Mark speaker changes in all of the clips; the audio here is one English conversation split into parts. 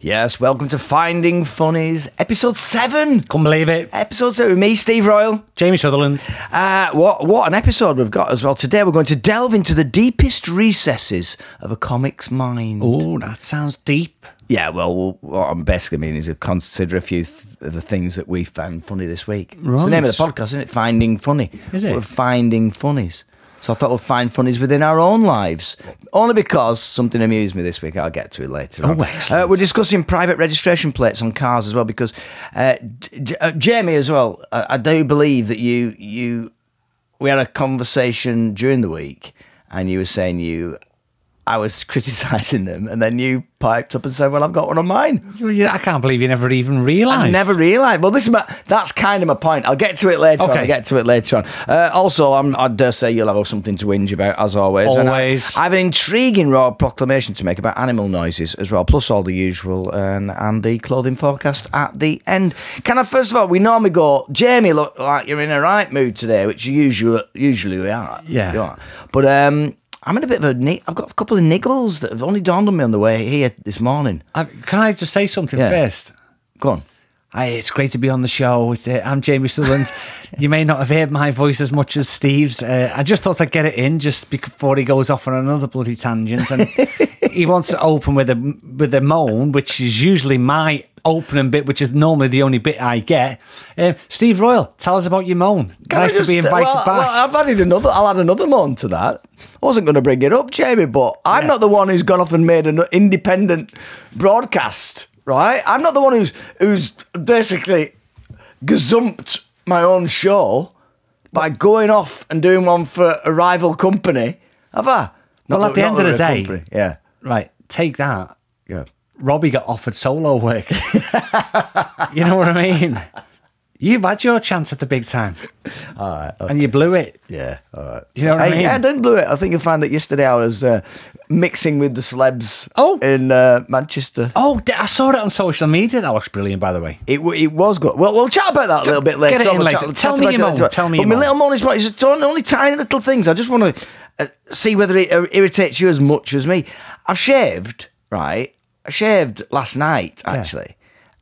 Speaker 1: Yes, welcome to Finding Funnies, episode seven.
Speaker 2: Couldn't believe it.
Speaker 1: Episode seven with me, Steve Royal.
Speaker 2: Jamie Sutherland.
Speaker 1: Uh, what what an episode we've got as well. Today we're going to delve into the deepest recesses of a comic's mind.
Speaker 2: Oh, that sounds deep.
Speaker 1: Yeah, well, well, what I'm basically meaning is to consider a few th- of the things that we found funny this week. It's the
Speaker 2: Right.
Speaker 1: name of the podcast, isn't it? Finding Funny.
Speaker 2: Is it?
Speaker 1: We're finding funnies. So I thought we'll find funnies within our own lives. Only because something amused me this week. I'll get to it later on.
Speaker 2: Oh, excellent.
Speaker 1: Uh, we're discussing private registration plates on cars as well because uh, J- J- uh, Jamie as well. I, I do believe that you you we had a conversation during the week, and you were saying you. I was criticising them, and then you piped up and said, "Well, I've got one on mine."
Speaker 2: You- you- I can't believe you never even
Speaker 1: I
Speaker 2: realised.
Speaker 1: never realised. Well, this is my, that's kind of my point. I'll get to it later. on.
Speaker 2: Okay.
Speaker 1: I'll get to it later on. Uh, also, I'm, I dare say you'll have something to whinge about, as always. And I-
Speaker 2: Always.
Speaker 1: I, have an intriguing raw proclamation to make about animal noises as well, plus all the usual um, and the clothing forecast at the end. Can I first of all, we normally go, Jamie, look like you're in a right mood today, which you usually usually we are.
Speaker 2: Yeah.
Speaker 1: You are. But um, I'm in a bit of a. ni- I've got a couple of niggles that have only dawned on me on the way here this morning.
Speaker 2: I- can I just say something
Speaker 1: Yeah.
Speaker 2: first?
Speaker 1: Go on.
Speaker 2: Hi, it's great to be on the show. It's, uh, I'm Jamie Sutherland. you may not have heard my voice as much as Steve's. Uh, I just thought I'd get it in just before he goes off on another bloody tangent. And he wants to open with a with a moan, which is usually my opening bit, which is normally the only bit I get. Uh, Steve Royal, tell us about your moan. nice
Speaker 1: Can I
Speaker 2: to be
Speaker 1: just-
Speaker 2: invited
Speaker 1: well,
Speaker 2: back.
Speaker 1: well, I've added another. I'll add another one to that. I wasn't going to bring it up, Jamie, but I'm not the one who's gone off and made an independent broadcast, right? I'm not the one who's who's basically gazumped my own show by going off and doing one for a rival company, have I? Not
Speaker 2: Well, at the end
Speaker 1: not
Speaker 2: of the
Speaker 1: a
Speaker 2: day-
Speaker 1: company. yeah,
Speaker 2: right, take that.
Speaker 1: yeah.
Speaker 2: Robbie got offered solo work. you know what I mean? You've had your chance at the big time. And you blew it.
Speaker 1: Yeah, all right.
Speaker 2: You know what I mean?
Speaker 1: Yeah, I didn't blew it. I think you'll find that yesterday I was uh, mixing with the celebs
Speaker 2: Oh.
Speaker 1: in uh, Manchester.
Speaker 2: Oh, d- I saw it on social media. That looks brilliant, by the way.
Speaker 1: It, w- it was good. Well, we'll chat about that a little bit later.
Speaker 2: it
Speaker 1: on.
Speaker 2: in
Speaker 1: We'll
Speaker 2: later.
Speaker 1: chat-
Speaker 2: Tell
Speaker 1: chat
Speaker 2: me
Speaker 1: about
Speaker 2: your
Speaker 1: it
Speaker 2: moan.
Speaker 1: later on.
Speaker 2: Tell me
Speaker 1: But
Speaker 2: your
Speaker 1: my
Speaker 2: moan.
Speaker 1: little moan is not- it's ton- only tiny little things. I just want to uh, see whether it uh, irritates you as much as me. I've shaved, right? I shaved last night, actually,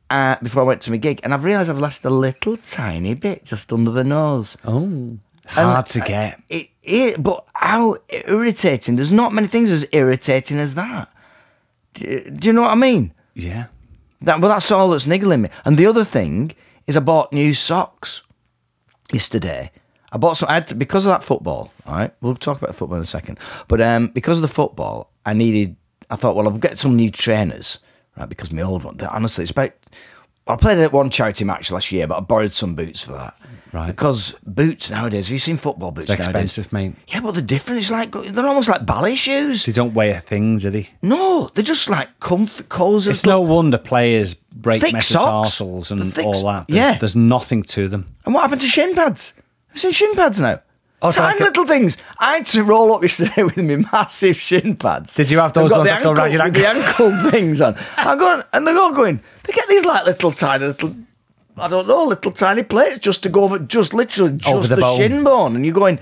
Speaker 1: uh, before I went to my gig. And I've realised I've left a little tiny bit just under the nose.
Speaker 2: Oh, hard to get.
Speaker 1: It, it, but how irritating. There's not many things as irritating as that. Do, do you know what I mean?
Speaker 2: yeah.
Speaker 1: That, well, that's all that's niggling me. And the other thing is, I bought new socks yesterday. I bought some I had to, because of that football. All right, we'll talk about the football in a second. But um, because of the football, I needed. I thought, well, I'll get some new trainers, right? Because my old one, they're- honestly, it's about. I played at one charity match last year, but I borrowed some boots for that.
Speaker 2: Right.
Speaker 1: Because boots nowadays, have you seen football boots?
Speaker 2: They're
Speaker 1: nowadays?
Speaker 2: expensive, mate.
Speaker 1: Yeah, but they're different. It's like they're almost like ballet shoes.
Speaker 2: They don't weigh a thing, do they?
Speaker 1: No, they're just like comfy, cozy.
Speaker 2: It's no wonder players break
Speaker 1: Thick socks.
Speaker 2: metatarsals and
Speaker 1: Thick-
Speaker 2: all that. There's,
Speaker 1: yeah.
Speaker 2: there's nothing to them.
Speaker 1: And what happened to shin pads? I've seen shin pads now.
Speaker 2: Oh,
Speaker 1: Tiny
Speaker 2: like a-
Speaker 1: little things. I had to roll up yesterday with my massive shin pads.
Speaker 2: Did you have
Speaker 1: They've
Speaker 2: those
Speaker 1: got
Speaker 2: ones
Speaker 1: the
Speaker 2: that go round your
Speaker 1: with the ankle things on? I'm going, and they're all going. They get these like little tiny little, I don't know, little tiny plates just to go over, just literally just
Speaker 2: Over
Speaker 1: the,
Speaker 2: the bone.
Speaker 1: shin bone, and you're going.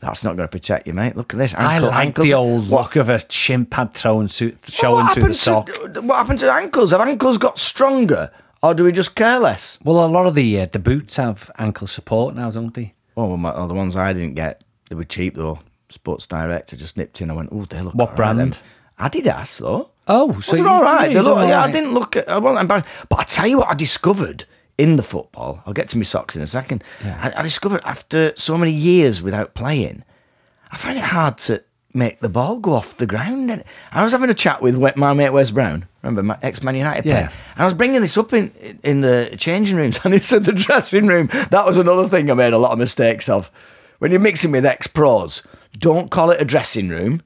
Speaker 1: That's not going to protect you, mate. Look at this.
Speaker 2: I
Speaker 1: ankle-
Speaker 2: like
Speaker 1: ankles-
Speaker 2: the old
Speaker 1: What-
Speaker 2: look of a shin pad thrown to,
Speaker 1: Well,
Speaker 2: showing through the sock.
Speaker 1: to what happened to ankles? Have ankles got stronger, or do we just care less?
Speaker 2: Well, a lot of the uh, the boots have ankle support now, don't they?
Speaker 1: Oh, well, my, oh, the ones I didn't get, they were cheap though. Sports Direct, I just nipped in. I went, oh, they look.
Speaker 2: What
Speaker 1: all right, them."
Speaker 2: brand?
Speaker 1: Adidas though.
Speaker 2: Oh,
Speaker 1: So
Speaker 2: so
Speaker 1: they're
Speaker 2: you-
Speaker 1: all right.
Speaker 2: yeah,
Speaker 1: They
Speaker 2: you
Speaker 1: look.
Speaker 2: done all
Speaker 1: Yeah, I
Speaker 2: right.
Speaker 1: didn't look. At, I wasn't embarrassed. But I tell you what, I discovered in the football. I'll get to my socks in a second. I, I discovered after so many years without playing, I find it hard to make the ball go off the ground. And I was having a chat with we- my mate Wes Brown. Remember, my ex-Man United player.
Speaker 2: Yeah.
Speaker 1: And I was bringing this up in in the changing rooms, and he said the dressing room. That was another thing I made a lot of mistakes of. When you're mixing with ex-pros, don't call it a dressing room,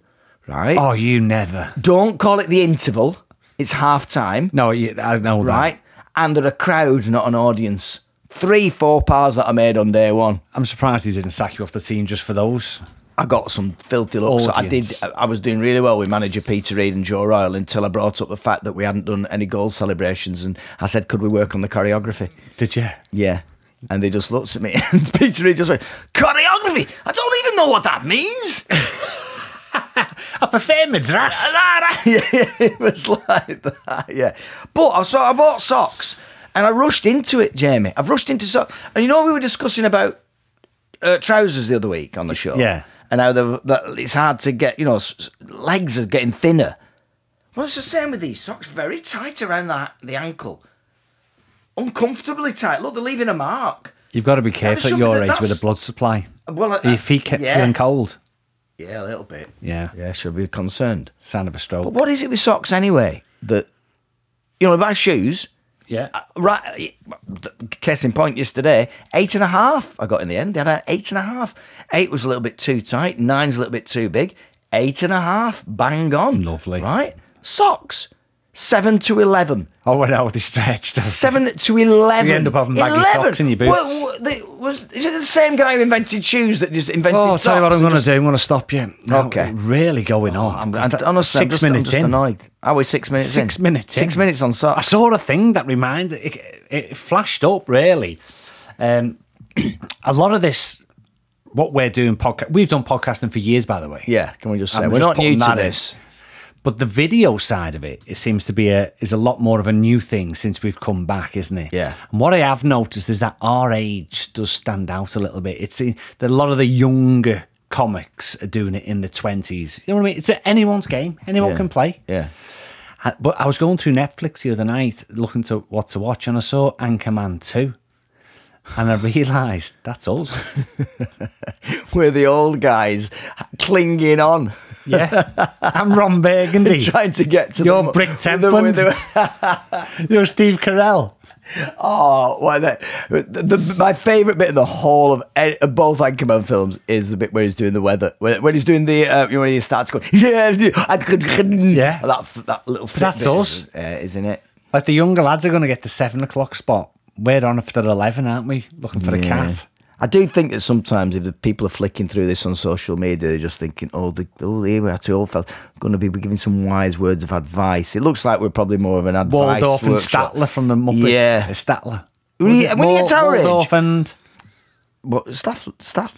Speaker 1: right?
Speaker 2: Oh, you never.
Speaker 1: Don't call it the interval. It's half time,
Speaker 2: No, you, I know that.
Speaker 1: right? And they're a crowd, not an audience. Three, four pars that I made on day one.
Speaker 2: I'm surprised he didn't sack you off the team just for those.
Speaker 1: I got some filthy looks. I did.
Speaker 2: Audience.
Speaker 1: I I was doing really well with manager Peter Reid and Joe Royal until I brought up the fact that we hadn't done any goal celebrations, and I said, "Could we work on the choreography?"
Speaker 2: Did you?
Speaker 1: Yeah. And they just looked at me, and Peter Reid just went, "Choreography? I don't even know what that means."
Speaker 2: I prefer Madras.
Speaker 1: yeah, it was like that. Yeah, but I saw I bought socks and I rushed into it, Jamie. I've rushed into socks, and you know we were discussing about uh, trousers the other week on the show.
Speaker 2: Yeah.
Speaker 1: and how the that it's hard to get. You know, s- s- legs are getting thinner. Well, it's the same with these socks. Very tight around the the ankle, uncomfortably tight. Look, they're leaving a mark.
Speaker 2: You've got to be careful at
Speaker 1: something
Speaker 2: your
Speaker 1: that-
Speaker 2: age with the
Speaker 1: that's-
Speaker 2: blood supply.
Speaker 1: Well, uh,
Speaker 2: Your feet kept
Speaker 1: yeah.
Speaker 2: feeling cold.
Speaker 1: Yeah, a little bit.
Speaker 2: Yeah.
Speaker 1: Yeah, should be concerned.
Speaker 2: Sign of a stroke.
Speaker 1: But what is it with socks anyway? That you know, about shoes.
Speaker 2: yeah.
Speaker 1: Right, case in point, yesterday, eight and a half I got in the end. They had an eight and a half. Eight was a little bit too tight, nine's a little bit too big. Eight and a half, bang on.
Speaker 2: Lovely.
Speaker 1: Right? Socks, seven to 11.
Speaker 2: Oh, well, no, they stretched.
Speaker 1: Seven to 11.
Speaker 2: You end up having baggy socks in your boots.
Speaker 1: Well, well, they- was, is it the same guy who invented shoes that just invented
Speaker 2: Oh, I'll
Speaker 1: socks?
Speaker 2: tell you what I'm
Speaker 1: and
Speaker 2: going to
Speaker 1: just-
Speaker 2: do. I'm going to stop you.
Speaker 1: Okay.
Speaker 2: Really going on.
Speaker 1: Oh, I'm, I'm, honestly,
Speaker 2: 6
Speaker 1: I'm just, I'm
Speaker 2: minutes
Speaker 1: just
Speaker 2: in.
Speaker 1: annoyed. Are we six minutes in?
Speaker 2: Six minutes
Speaker 1: Six
Speaker 2: in.
Speaker 1: minutes on
Speaker 2: I
Speaker 1: socks.
Speaker 2: saw a thing that reminded it, it flashed up really. Um, a lot of this, what we're doing podcast, we've done podcasting for years, by the way.
Speaker 1: Yeah, can we just say
Speaker 2: I'm
Speaker 1: we're
Speaker 2: just
Speaker 1: not new
Speaker 2: putting
Speaker 1: to
Speaker 2: that in.
Speaker 1: this?
Speaker 2: But the video side of it, it seems to be a is a lot more of a new thing since we've come back, isn't it?
Speaker 1: Yeah.
Speaker 2: And what I have noticed is that our age does stand out a little bit. It's in, that a lot of the younger comics are doing it in the twenties. You know what I mean? It's anyone's game. Anyone
Speaker 1: Yeah.
Speaker 2: can play.
Speaker 1: Yeah.
Speaker 2: Uh, But I was going through Netflix the other night looking to what to watch, and I saw Anchorman 2. And I realised that's us.
Speaker 1: We're the old guys clinging on,
Speaker 2: Yeah. I'm Ron Burgundy.
Speaker 1: trying to get to
Speaker 2: You're
Speaker 1: the,
Speaker 2: Brick
Speaker 1: with
Speaker 2: Templand.
Speaker 1: with
Speaker 2: You're Steve Carell.
Speaker 1: oh, why that? The, the- my favorite bit of the whole of, e- of both Anchorman films is the bit where he's doing the weather, when, when he's doing the uh, you know, when he starts going yeah, I could-
Speaker 2: Yeah.
Speaker 1: that that little fit
Speaker 2: That's
Speaker 1: bit
Speaker 2: us.
Speaker 1: is, uh, isn't it?
Speaker 2: Like the younger lads are going to get the seven o'clock spot. We're on after 11, aren't we? Looking for a
Speaker 1: Yeah.
Speaker 2: cat.
Speaker 1: I do think that sometimes if the people are flicking through this on social media, they're just thinking, "Oh, the oh, here we are two old fellas going to be giving some wise words of advice." It looks like we're probably more of an advice
Speaker 2: Waldorf and
Speaker 1: workshop.
Speaker 2: Statler from the Muppets.
Speaker 1: Yeah.
Speaker 2: Uh, Statler.
Speaker 1: When
Speaker 2: Was
Speaker 1: you-
Speaker 2: it
Speaker 1: when you
Speaker 2: Wal-
Speaker 1: get to our age-
Speaker 2: Waldorf and.
Speaker 1: What Staff, Staff,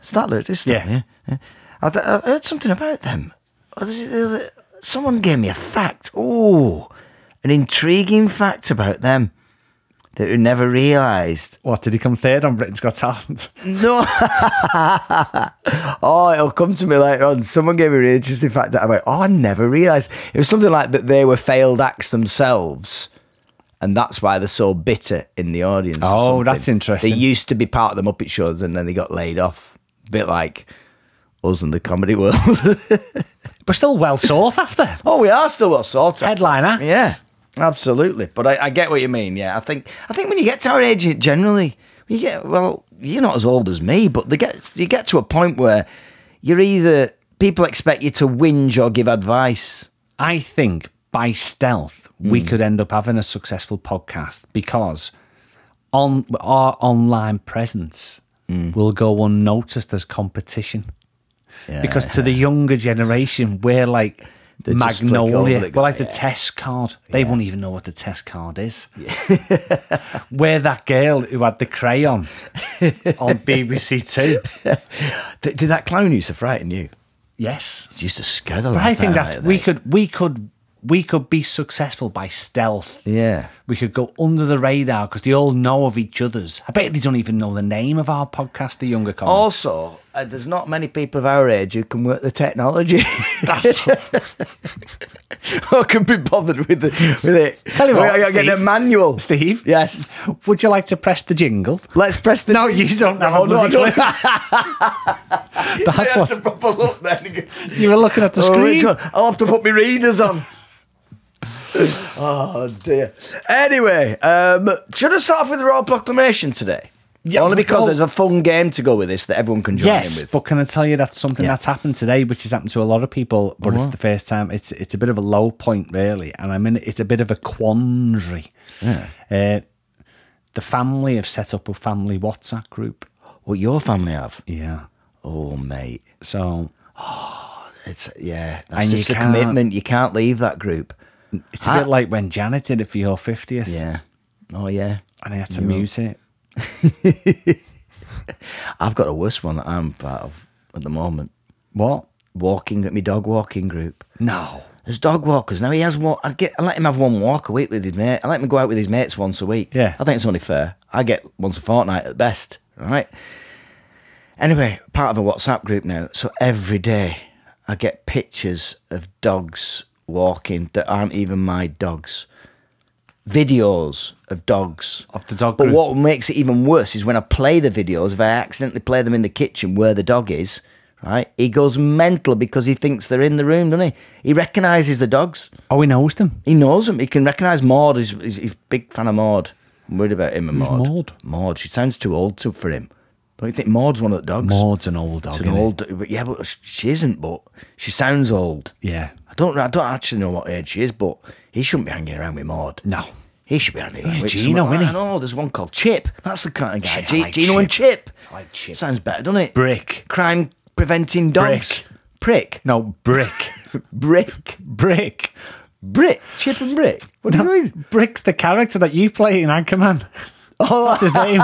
Speaker 1: Statler? Statler, it is Statler.
Speaker 2: Yeah.
Speaker 1: Yeah. yeah. I, th- I heard something about them. Oh, this is the other- Someone gave me a fact. Oh, an intriguing fact about them that we never realised.
Speaker 2: What, did he come third on Britain's Got Talent?
Speaker 1: No. oh, it'll come to me later on. Someone gave me an interesting fact that I went, oh, I never realised. It was something like that they were failed acts themselves. And that's why they're so bitter in the audience. or
Speaker 2: Oh,
Speaker 1: something.
Speaker 2: that's interesting.
Speaker 1: They used to be part of the Muppet shows and then they got laid off. bit like us in the comedy world.
Speaker 2: But still well sought after.
Speaker 1: oh, we are still well sorted.
Speaker 2: Headline acts.
Speaker 1: Yeah, absolutely. But I, I get what you mean. Yeah, I think I think when you get to our age, it generally, you get well, you're not as old as me, but they get you get to a point where you're either people expect you to whinge or give advice.
Speaker 2: I think by stealth
Speaker 1: Hmm.
Speaker 2: we could end up having a successful podcast because on our online presence
Speaker 1: Hmm.
Speaker 2: will go unnoticed as competition. Because to the younger generation, we're like
Speaker 1: just flick over
Speaker 2: magnolia.
Speaker 1: it,
Speaker 2: We're like
Speaker 1: yeah.
Speaker 2: the test card. They won't even know what the test card is. we're that girl who had the crayon on BBC Two.
Speaker 1: Th- did that clown used to frighten you?
Speaker 2: Yes,
Speaker 1: It used to scare the.
Speaker 2: but
Speaker 1: life
Speaker 2: I think
Speaker 1: out
Speaker 2: that's
Speaker 1: of
Speaker 2: we
Speaker 1: me.
Speaker 2: could we could we could be successful by stealth.
Speaker 1: Yeah.
Speaker 2: we could go under the radar because they all know of each other's. I bet they don't even know the name of our podcast, the younger comics.
Speaker 1: Also, uh, there's not many people of our age who can work the technology.
Speaker 2: Oh, That's
Speaker 1: or can be bothered with, the, with it.
Speaker 2: Tell you
Speaker 1: We
Speaker 2: what,
Speaker 1: gotta get a
Speaker 2: Steve.
Speaker 1: manual.
Speaker 2: Steve.
Speaker 1: Yes.
Speaker 2: Would you like to press the jingle?
Speaker 1: Let's press the.
Speaker 2: No, you don't have
Speaker 1: Oh,
Speaker 2: a
Speaker 1: no, I
Speaker 2: bloody
Speaker 1: don't.
Speaker 2: clue. That's
Speaker 1: That's a
Speaker 2: what
Speaker 1: proper look then.
Speaker 2: you were looking at the
Speaker 1: Oh, which
Speaker 2: screen.
Speaker 1: one? I'll have to put my readers on. oh dear. Anyway, um, should I start off with the Royal Proclamation today?
Speaker 2: Yeah,
Speaker 1: Only
Speaker 2: we-
Speaker 1: because
Speaker 2: oh.
Speaker 1: there's a fun game to go with this that everyone can join
Speaker 2: Yes,
Speaker 1: in with.
Speaker 2: but can I tell you that's something
Speaker 1: Yeah.
Speaker 2: that's happened today, which has happened to a lot of people, but it's the first time. It's it's a bit of a low point really, and I mean it's a bit of a quandary. Uh, the family have set up a family WhatsApp group.
Speaker 1: What your family have?
Speaker 2: Yeah,
Speaker 1: Oh mate,
Speaker 2: so
Speaker 1: it's yeah. That's
Speaker 2: And you
Speaker 1: just a
Speaker 2: can't-
Speaker 1: commitment. You can't leave that group.
Speaker 2: It's a
Speaker 1: I-
Speaker 2: bit like when Janet did it for your 50th
Speaker 1: Yeah. Oh yeah.
Speaker 2: and I had to mute it.
Speaker 1: I've got a worse one that I'm part of at the moment.
Speaker 2: What?
Speaker 1: walking, my dog walking group.
Speaker 2: No.
Speaker 1: There's dog walkers now. He has one. I get. I let him have one walk a week with his mate. I let him go out with his mates once a week.
Speaker 2: Yeah.
Speaker 1: I think it's only fair. I get once a fortnight at best, right? Anyway, part of a WhatsApp group now. So every day I get pictures of dogs walking that aren't even my dogs. Videos of dogs.
Speaker 2: Of the dog
Speaker 1: But
Speaker 2: group.
Speaker 1: what makes it even worse is when I play the videos, if I accidentally play them in the kitchen where the dog is, right? He goes mental because he thinks they're in the room, doesn't he? He recognises the dogs.
Speaker 2: Oh, he knows them.
Speaker 1: He knows them. He can recognise Maud. He's, he's, he's a big fan of Maud. I'm worried about him and Maud.
Speaker 2: Maud?
Speaker 1: Maud. She sounds too old to, for him. Don't you think Maud's one of the dogs?
Speaker 2: Maud's an old dog.
Speaker 1: It's an
Speaker 2: innit?
Speaker 1: old, but yeah, but she isn't. But she sounds old.
Speaker 2: Yeah.
Speaker 1: I don't. I don't actually know what age she is, but he shouldn't be hanging around with Maud.
Speaker 2: No.
Speaker 1: He should be on it.
Speaker 2: He's Gino,
Speaker 1: like,
Speaker 2: innit?
Speaker 1: that. I know, there's one called Chip. That's the kind of guy.
Speaker 2: Shit, I
Speaker 1: G-
Speaker 2: like
Speaker 1: Gino and Chip.
Speaker 2: I like Chip.
Speaker 1: Sounds better, doesn't it?
Speaker 2: Brick.
Speaker 1: Crime preventing dogs. Prick.
Speaker 2: No, brick.
Speaker 1: Brick.
Speaker 2: brick.
Speaker 1: Brick. Chip and Brick. What do you mean?
Speaker 2: Brick's the character that you play in Anchorman.
Speaker 1: Oh,
Speaker 2: That's his name.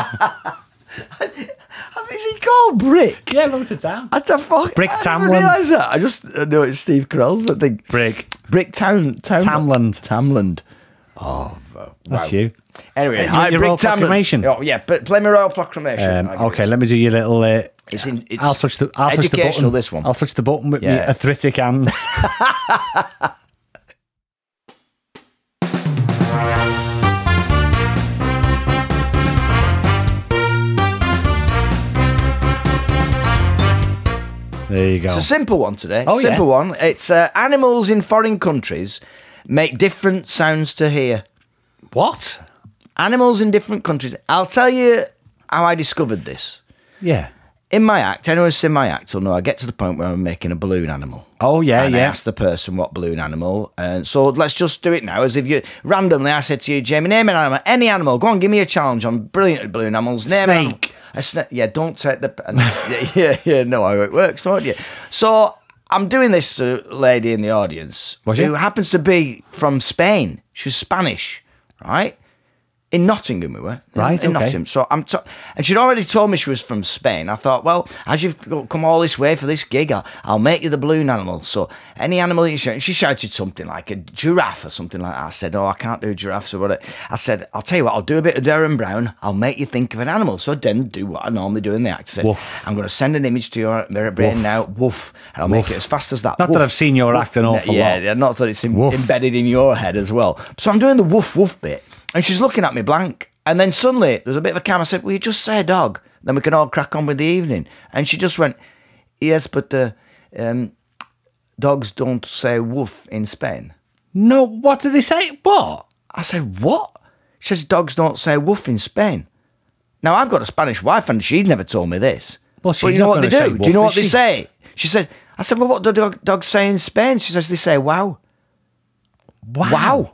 Speaker 1: Is he called Brick?
Speaker 2: yeah, loads of time.
Speaker 1: I don't fuck.
Speaker 2: Brick
Speaker 1: I
Speaker 2: Tamlin.
Speaker 1: didn't realise that. I just I know it's Steve Carell, but think
Speaker 2: Brick.
Speaker 1: Brick Town. Town
Speaker 2: Tamland.
Speaker 1: Tamland.
Speaker 2: That's you.
Speaker 1: Anyway,
Speaker 2: your-
Speaker 1: hi,
Speaker 2: your
Speaker 1: Brick
Speaker 2: Royal
Speaker 1: Tamland.
Speaker 2: Proclamation.
Speaker 1: Oh yeah, but play me Royal Proclamation.
Speaker 2: Um,
Speaker 1: I give
Speaker 2: okay,
Speaker 1: it.
Speaker 2: let me do your little. Uh,
Speaker 1: It's in- it's
Speaker 2: I'll touch the. I'll touch the
Speaker 1: educational,
Speaker 2: button.
Speaker 1: this one.
Speaker 2: I'll touch the button with
Speaker 1: Yeah.
Speaker 2: my arthritic hands. there you go.
Speaker 1: It's a simple one today.
Speaker 2: Oh, yeah.
Speaker 1: simple one. It's uh, animals in foreign countries make different sounds to hear.
Speaker 2: what?
Speaker 1: Animals in different countries. I'll tell you how I discovered this.
Speaker 2: Yeah.
Speaker 1: In my act, anyone who's seen my act will know I get to the point where I'm making a balloon animal.
Speaker 2: Oh yeah,
Speaker 1: and I
Speaker 2: yeah.
Speaker 1: asked the person what balloon animal. And so let's just do it now. As if you randomly, I said to you, Jamie, name an animal, any animal. Go on, give me a challenge on brilliant balloon animals. Name an animal.
Speaker 2: Snake.
Speaker 1: A snake. Yeah, don't take the. yeah, yeah, yeah, know how it works, don't you? So I'm doing this to a lady in the audience
Speaker 2: Was
Speaker 1: who
Speaker 2: she?
Speaker 1: happens to be from Spain. She's Spanish, right? In Nottingham, we were. In-
Speaker 2: Right,
Speaker 1: In
Speaker 2: okay.
Speaker 1: Nottingham. So I'm, t- and she'd already told me she was from Spain. I thought, well, as you've go- come all this way for this gig, I'll, I'll make you the balloon animal. So any animal you shout, she shouted something like a giraffe or something like that. I said, oh, I can't do giraffes or what. I said, I'll tell you what, I'll do a bit of Darren Brown. I'll make you think of an animal. So I didn't do what I normally do in the act. I said,
Speaker 2: Woof.
Speaker 1: I'm going to send an image to your mirror brain now, woof, and I'll make it as fast as that.
Speaker 2: Not that
Speaker 1: woof,
Speaker 2: I've seen your act an awful
Speaker 1: yeah,
Speaker 2: lot.
Speaker 1: Yeah, not that it's em-
Speaker 2: Woof.
Speaker 1: embedded in your head as well. So I'm doing the woof woof bit, and she's looking at me blank. And then suddenly there's a bit of a cam. I said, "Will you just say dog? Then we can all crack on with the evening." And she just went, "Yes, but uh, um, dogs don't say woof in Spain."
Speaker 2: No, what did they say? What?
Speaker 1: I said, "What?" She says, "Dogs don't say woof in Spain." Now I've got a Spanish wife, and she'd never told me this. but
Speaker 2: Well, she's
Speaker 1: you know
Speaker 2: not
Speaker 1: what they
Speaker 2: gonna say
Speaker 1: do? Do
Speaker 2: woof,
Speaker 1: you know
Speaker 2: is
Speaker 1: what they
Speaker 2: she?
Speaker 1: say? She said, "I said, well, what do dog, dogs say in Spain?" She says, "They say wow."
Speaker 2: Wow.
Speaker 1: Wow.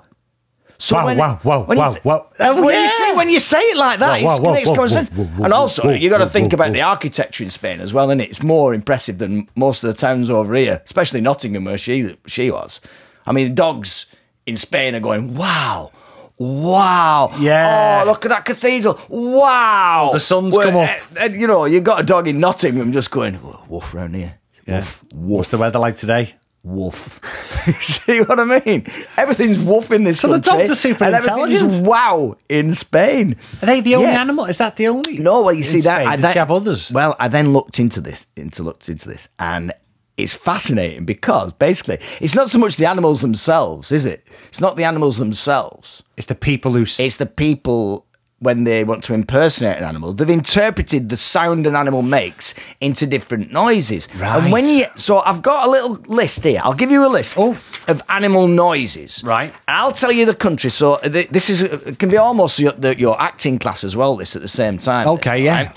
Speaker 1: So
Speaker 2: Wow, wow, wow,
Speaker 1: when you
Speaker 2: wow,
Speaker 1: thi-
Speaker 2: wow.
Speaker 1: uh, when, you
Speaker 2: Oh, Yeah.
Speaker 1: say, when you say it like that,
Speaker 2: Wow,
Speaker 1: it's
Speaker 2: wow,
Speaker 1: makes
Speaker 2: wow,
Speaker 1: common
Speaker 2: wow,
Speaker 1: sense.
Speaker 2: wow, wow,
Speaker 1: and
Speaker 2: wow,
Speaker 1: also,
Speaker 2: wow,
Speaker 1: you got to
Speaker 2: wow,
Speaker 1: think
Speaker 2: wow,
Speaker 1: about
Speaker 2: wow.
Speaker 1: the architecture in Spain as well, isn't it? It's more impressive than most of the towns over here, especially Nottingham, where she she was. I mean, dogs in Spain are going, wow. Wow!
Speaker 2: Yeah.
Speaker 1: Oh, look at that cathedral! Wow!
Speaker 2: the sun's
Speaker 1: Well,
Speaker 2: come up.
Speaker 1: And, and, you know, you got a dog in Nottingham just going woof round here.
Speaker 2: Yeah.
Speaker 1: Woof, woof
Speaker 2: What's the weather like today?
Speaker 1: woof. See what I mean? Everything's woof in this
Speaker 2: So the
Speaker 1: country.
Speaker 2: dogs are super
Speaker 1: and everything's
Speaker 2: intelligent.
Speaker 1: wow in Spain.
Speaker 2: Are they the
Speaker 1: only
Speaker 2: only
Speaker 1: Yeah.
Speaker 2: animal? Is that the only?
Speaker 1: No, well, you see that. I
Speaker 2: I
Speaker 1: then-
Speaker 2: you have others?
Speaker 1: Well, I then looked into this, into looked into this, and it's fascinating because basically it's not so much the animals themselves, is it? It's not the animals themselves.
Speaker 2: It's the people who.
Speaker 1: It's the people when they want to impersonate an animal. They've interpreted the sound an animal makes into different noises. And when
Speaker 2: Right.
Speaker 1: you so I've got a little list here. I'll give you a list
Speaker 2: Oh.
Speaker 1: of animal noises.
Speaker 2: Right.
Speaker 1: And I'll tell you the country. So uh, th- this is it can be almost your, the, your acting class as well. This at the same time.
Speaker 2: Okay, yeah.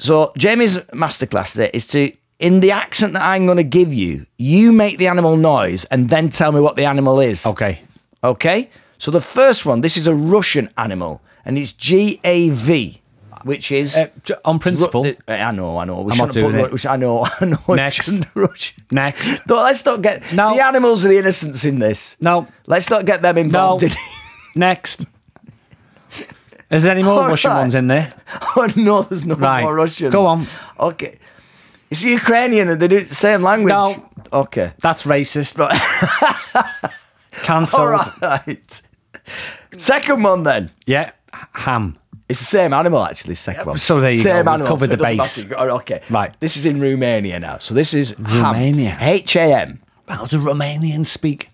Speaker 1: So Jamie's masterclass there is to in the accent that I'm going to give you, you make the animal noise and then tell me what the animal is.
Speaker 2: okay.
Speaker 1: Okay? So the first one, this is a Russian animal, and it's GAV, which is.
Speaker 2: Uh, j- on
Speaker 1: Ru-
Speaker 2: principle.
Speaker 1: uh, I know, I know. We
Speaker 2: I'm
Speaker 1: shouldn't
Speaker 2: not
Speaker 1: have
Speaker 2: doing
Speaker 1: put- we should- I know, I know. we
Speaker 2: Next.
Speaker 1: shouldn't rush.
Speaker 2: Next.
Speaker 1: No, let's not get
Speaker 2: No.
Speaker 1: the animals are the innocents in this.
Speaker 2: No.
Speaker 1: let's not get them involved.
Speaker 2: No.
Speaker 1: in
Speaker 2: Next. Is there any more
Speaker 1: All
Speaker 2: Russian
Speaker 1: right.
Speaker 2: ones in there?
Speaker 1: Oh no, there's no
Speaker 2: Right.
Speaker 1: more Russians.
Speaker 2: Go on.
Speaker 1: Okay, it's Ukrainian and they do the same language.
Speaker 2: No.
Speaker 1: Okay.
Speaker 2: That's racist.
Speaker 1: Right.
Speaker 2: Cancelled.
Speaker 1: All right. Second one then.
Speaker 2: Yeah. Ham.
Speaker 1: It's the same animal actually. Second one.
Speaker 2: so there you
Speaker 1: same
Speaker 2: go, we've
Speaker 1: animal.
Speaker 2: covered
Speaker 1: so it
Speaker 2: the
Speaker 1: doesn't
Speaker 2: base.
Speaker 1: matter. Oh, Okay.
Speaker 2: Right.
Speaker 1: This is in Romania now. So this is
Speaker 2: Romania.
Speaker 1: H A M.
Speaker 2: How do Romanians speak?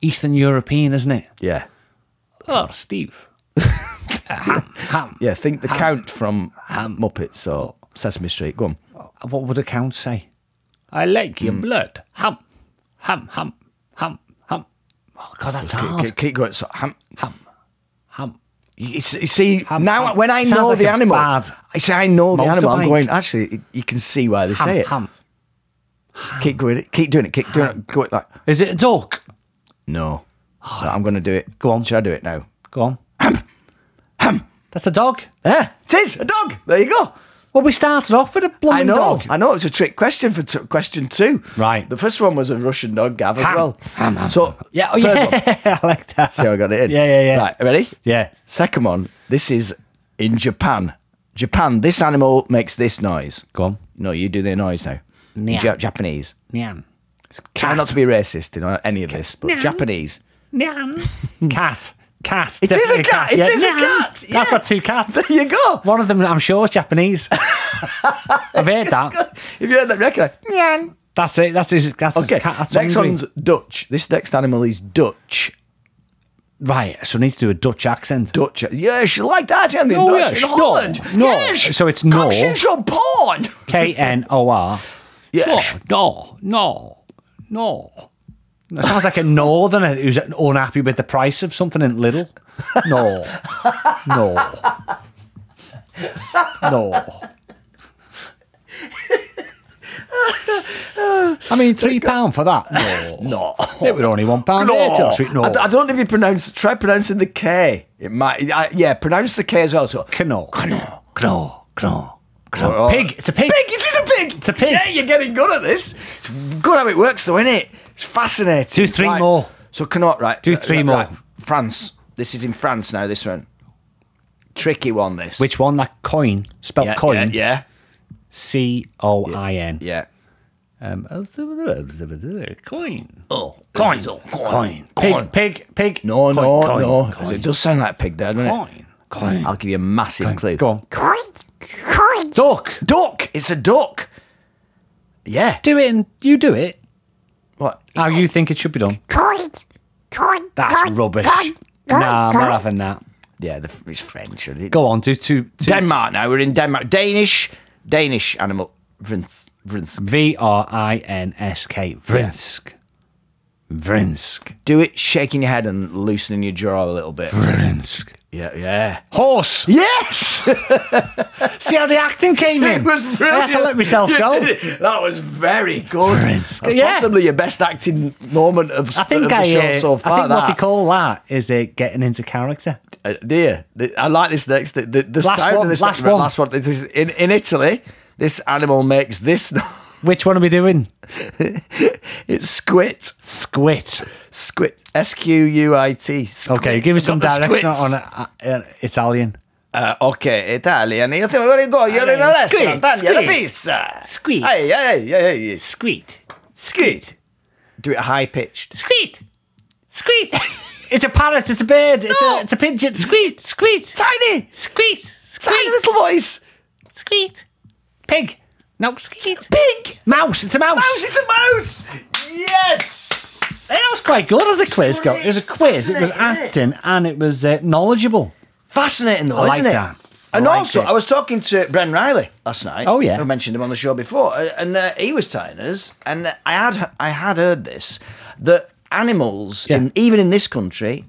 Speaker 2: Eastern European, isn't it?
Speaker 1: Yeah.
Speaker 2: Oh, Steve. ham.
Speaker 1: Yeah. Think the count from
Speaker 2: Ham.
Speaker 1: Muppets or Sesame Street. Go on.
Speaker 2: What would a count say? I like your blood. Ham. Ham. Ham. Ham. Ham. Oh, God, that's
Speaker 1: Keep-
Speaker 2: hard.
Speaker 1: Keep, keep going. So, ham.
Speaker 2: Ham. Ham.
Speaker 1: You s- you see
Speaker 2: Ham,
Speaker 1: now
Speaker 2: ham.
Speaker 1: when I
Speaker 2: Sounds
Speaker 1: know
Speaker 2: like
Speaker 1: the
Speaker 2: a
Speaker 1: animal,
Speaker 2: bad
Speaker 1: I say I know the animal. I'm
Speaker 2: motorbike.
Speaker 1: going. Actually, it- you can see why they
Speaker 2: Ham.
Speaker 1: say it.
Speaker 2: Ham.
Speaker 1: Keep going. Keep doing it. Keep doing it. Go it like
Speaker 2: Is it a duck?
Speaker 1: no. Right, I'm going to do it.
Speaker 2: Oh. Go on.
Speaker 1: Should I do it now?
Speaker 2: Go on. Ham. Ham. That's a dog.
Speaker 1: Yeah, Eh, it is a dog. There you go.
Speaker 2: Well, we started off with a
Speaker 1: I
Speaker 2: blooming
Speaker 1: know.
Speaker 2: dog.
Speaker 1: I know. It's a trick question for t- question two.
Speaker 2: Right.
Speaker 1: The first one was a Russian dog, Gav, as
Speaker 2: Ham.
Speaker 1: well. so
Speaker 2: Yeah, oh,
Speaker 1: third one.
Speaker 2: yeah. I like that.
Speaker 1: See how I got it in.
Speaker 2: Yeah, yeah, yeah.
Speaker 1: Right, ready?
Speaker 2: Yeah.
Speaker 1: Second one. This is in Japan. Japan. This animal makes this noise.
Speaker 2: Go on.
Speaker 1: No, you do the noise now. In
Speaker 2: Meow.
Speaker 1: Ja- Japanese.
Speaker 2: Nyam.
Speaker 1: Try not to be racist in any of this, but Japanese.
Speaker 2: Nyam. Cat. Cat.
Speaker 1: It is a
Speaker 2: Definitely
Speaker 1: cat. It is a cat. Yeah.
Speaker 2: I've got two cats.
Speaker 1: There you go.
Speaker 2: One of them, I'm sure, is Japanese. I've heard that.
Speaker 1: If you heard that record, meow.
Speaker 2: That's it. That's his. That's his
Speaker 1: okay.
Speaker 2: cat. That's
Speaker 1: next
Speaker 2: hungry.
Speaker 1: one's Dutch. This next animal is Dutch.
Speaker 2: Right. So I need to do a Dutch accent.
Speaker 1: Dutch. Yes, you like that, Andy?
Speaker 2: No,
Speaker 1: Dutch
Speaker 2: yes,
Speaker 1: in
Speaker 2: no,
Speaker 1: Holland.
Speaker 2: Oh, no.
Speaker 1: Yes.
Speaker 2: So it's no.
Speaker 1: Cockshins on porn.
Speaker 2: K N O R.
Speaker 1: Yes.
Speaker 2: No. No. No. That sounds like a northerner who's unhappy with the price of something in Lidl. No. No. No. I mean, three pound for that. No.
Speaker 1: No.
Speaker 2: It was only one pound.
Speaker 1: No.
Speaker 2: later last week. No.
Speaker 1: I, I don't know if you pronounce. Try pronouncing the K. It might. I, yeah, pronounce the K as well. So.
Speaker 2: Cano.
Speaker 1: Kno.
Speaker 2: Cano. Cano.
Speaker 1: Oh, oh.
Speaker 2: Pig. It's a pig.
Speaker 1: Pig. It is a pig. It's
Speaker 2: a pig.
Speaker 1: Yeah, you're getting good at this. It's good how it works, though, isn't it? It's fascinating.
Speaker 2: Do three more.
Speaker 1: So cannot right.
Speaker 2: Do
Speaker 1: right,
Speaker 2: three
Speaker 1: right,
Speaker 2: more.
Speaker 1: right. France. This is in France now. This one. Tricky one. This.
Speaker 2: Which one? That coin. Spelt
Speaker 1: yeah,
Speaker 2: coin.
Speaker 1: Yeah.
Speaker 2: C O I N.
Speaker 1: Yeah.
Speaker 2: Um, coin.
Speaker 1: Oh,
Speaker 2: Coin.
Speaker 1: Coin.
Speaker 2: Pig, pig, pig.
Speaker 1: No,
Speaker 2: Coin,
Speaker 1: no,
Speaker 2: coin,
Speaker 1: no. 'cause
Speaker 2: Coin.
Speaker 1: It does sound like a pig there, doesn't it?
Speaker 2: Coin. coin.
Speaker 1: I'll give you a massive clue.
Speaker 2: Go on.
Speaker 1: Coin. Coin.
Speaker 2: Duck.
Speaker 1: Duck. It's a duck. Yeah.
Speaker 2: Do it and you do it
Speaker 1: What?
Speaker 2: how you think it should be done.
Speaker 1: Coin. Coin.
Speaker 2: That's rubbish. nah, I'm not having that.
Speaker 1: Yeah, the, it's French. isn't it?
Speaker 2: Go on, do two. two
Speaker 1: Denmark now. We're in Denmark. Danish. Danish animal. Vrinth. Vrinth.
Speaker 2: V R I N S K. Vrinsk. Vrinsk.
Speaker 1: Do it shaking your head and loosening your jaw a little bit.
Speaker 2: Vrinsk.
Speaker 1: Yeah, yeah.
Speaker 2: Horse.
Speaker 1: Yes!
Speaker 2: See how the acting came in.
Speaker 1: It was brilliant.
Speaker 2: I had to let myself
Speaker 1: You
Speaker 2: go.
Speaker 1: did it. That was very good.
Speaker 2: Brilliant.
Speaker 1: That's
Speaker 2: Yeah.
Speaker 1: possibly your best acting moment of,
Speaker 2: I
Speaker 1: of
Speaker 2: think
Speaker 1: the
Speaker 2: I.
Speaker 1: show
Speaker 2: Uh,
Speaker 1: so far.
Speaker 2: I think what
Speaker 1: that.
Speaker 2: they call that is uh, getting into character.
Speaker 1: Uh, dear, th- I like this next. The, the, the
Speaker 2: Last
Speaker 1: sound
Speaker 2: one,
Speaker 1: of this
Speaker 2: last
Speaker 1: right,
Speaker 2: one.
Speaker 1: Last one. This is- in, in Italy, this animal makes this. no-
Speaker 2: Which one are we doing?
Speaker 1: It's squit.
Speaker 2: Squit.
Speaker 1: Squit. S Q U I T. squit.
Speaker 2: Okay, give me
Speaker 1: I've
Speaker 2: some
Speaker 1: got the
Speaker 2: direction
Speaker 1: squits.
Speaker 2: on uh, uh, Italian.
Speaker 1: Uh, okay, Italian. You think where you go? You're in a
Speaker 2: Allora,
Speaker 1: restaurant.
Speaker 2: squid,
Speaker 1: Tagliare la
Speaker 2: squid.
Speaker 1: pizza.
Speaker 2: Squid.
Speaker 1: Hey, hey, hey, hey.
Speaker 2: Squeak.
Speaker 1: Squid. Do it high pitched.
Speaker 2: Squeak. Squeak. it's a parrot. It's a bird. It's,
Speaker 1: No.
Speaker 2: a, it's a pigeon. Squeak. Squeak.
Speaker 1: Tiny.
Speaker 2: Squeak.
Speaker 1: Tiny
Speaker 2: Squeak.
Speaker 1: little voice.
Speaker 2: Squeak. Pig. No, squeak.
Speaker 1: Pig.
Speaker 2: Mouse. It's a mouse.
Speaker 1: Mouse, it's a mouse. Yes.
Speaker 2: That was quite good as a quiz. Go. It was a quiz. It was
Speaker 1: Fascinating,
Speaker 2: acting and it was uh, knowledgeable.
Speaker 1: Fascinating, though,
Speaker 2: I like
Speaker 1: isn't it?
Speaker 2: that. I
Speaker 1: And
Speaker 2: like
Speaker 1: also,
Speaker 2: it.
Speaker 1: I was talking to Bren Riley last night.
Speaker 2: Oh, yeah.
Speaker 1: I mentioned him on the show before, uh, and uh, he was telling us, and uh, I had I had heard this that animals,
Speaker 2: Yeah.
Speaker 1: in, even in this country,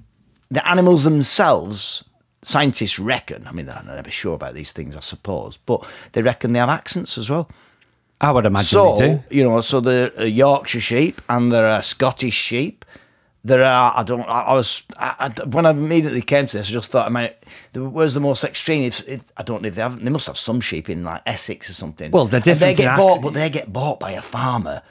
Speaker 1: the animals themselves, scientists reckon. I mean, I'm never sure about these things, I suppose, but they reckon they have accents as well.
Speaker 2: I would imagine they do.
Speaker 1: So you know, so there are Yorkshire sheep and there are Scottish sheep. There are I don't I, I was I, I- when I immediately came to this I just thought I mean the- where's the most extreme if, if I don't know if they have they must have some sheep in like Essex or something.
Speaker 2: Well, they're
Speaker 1: And they
Speaker 2: different in
Speaker 1: get bought,
Speaker 2: accent.
Speaker 1: but they get bought by a farmer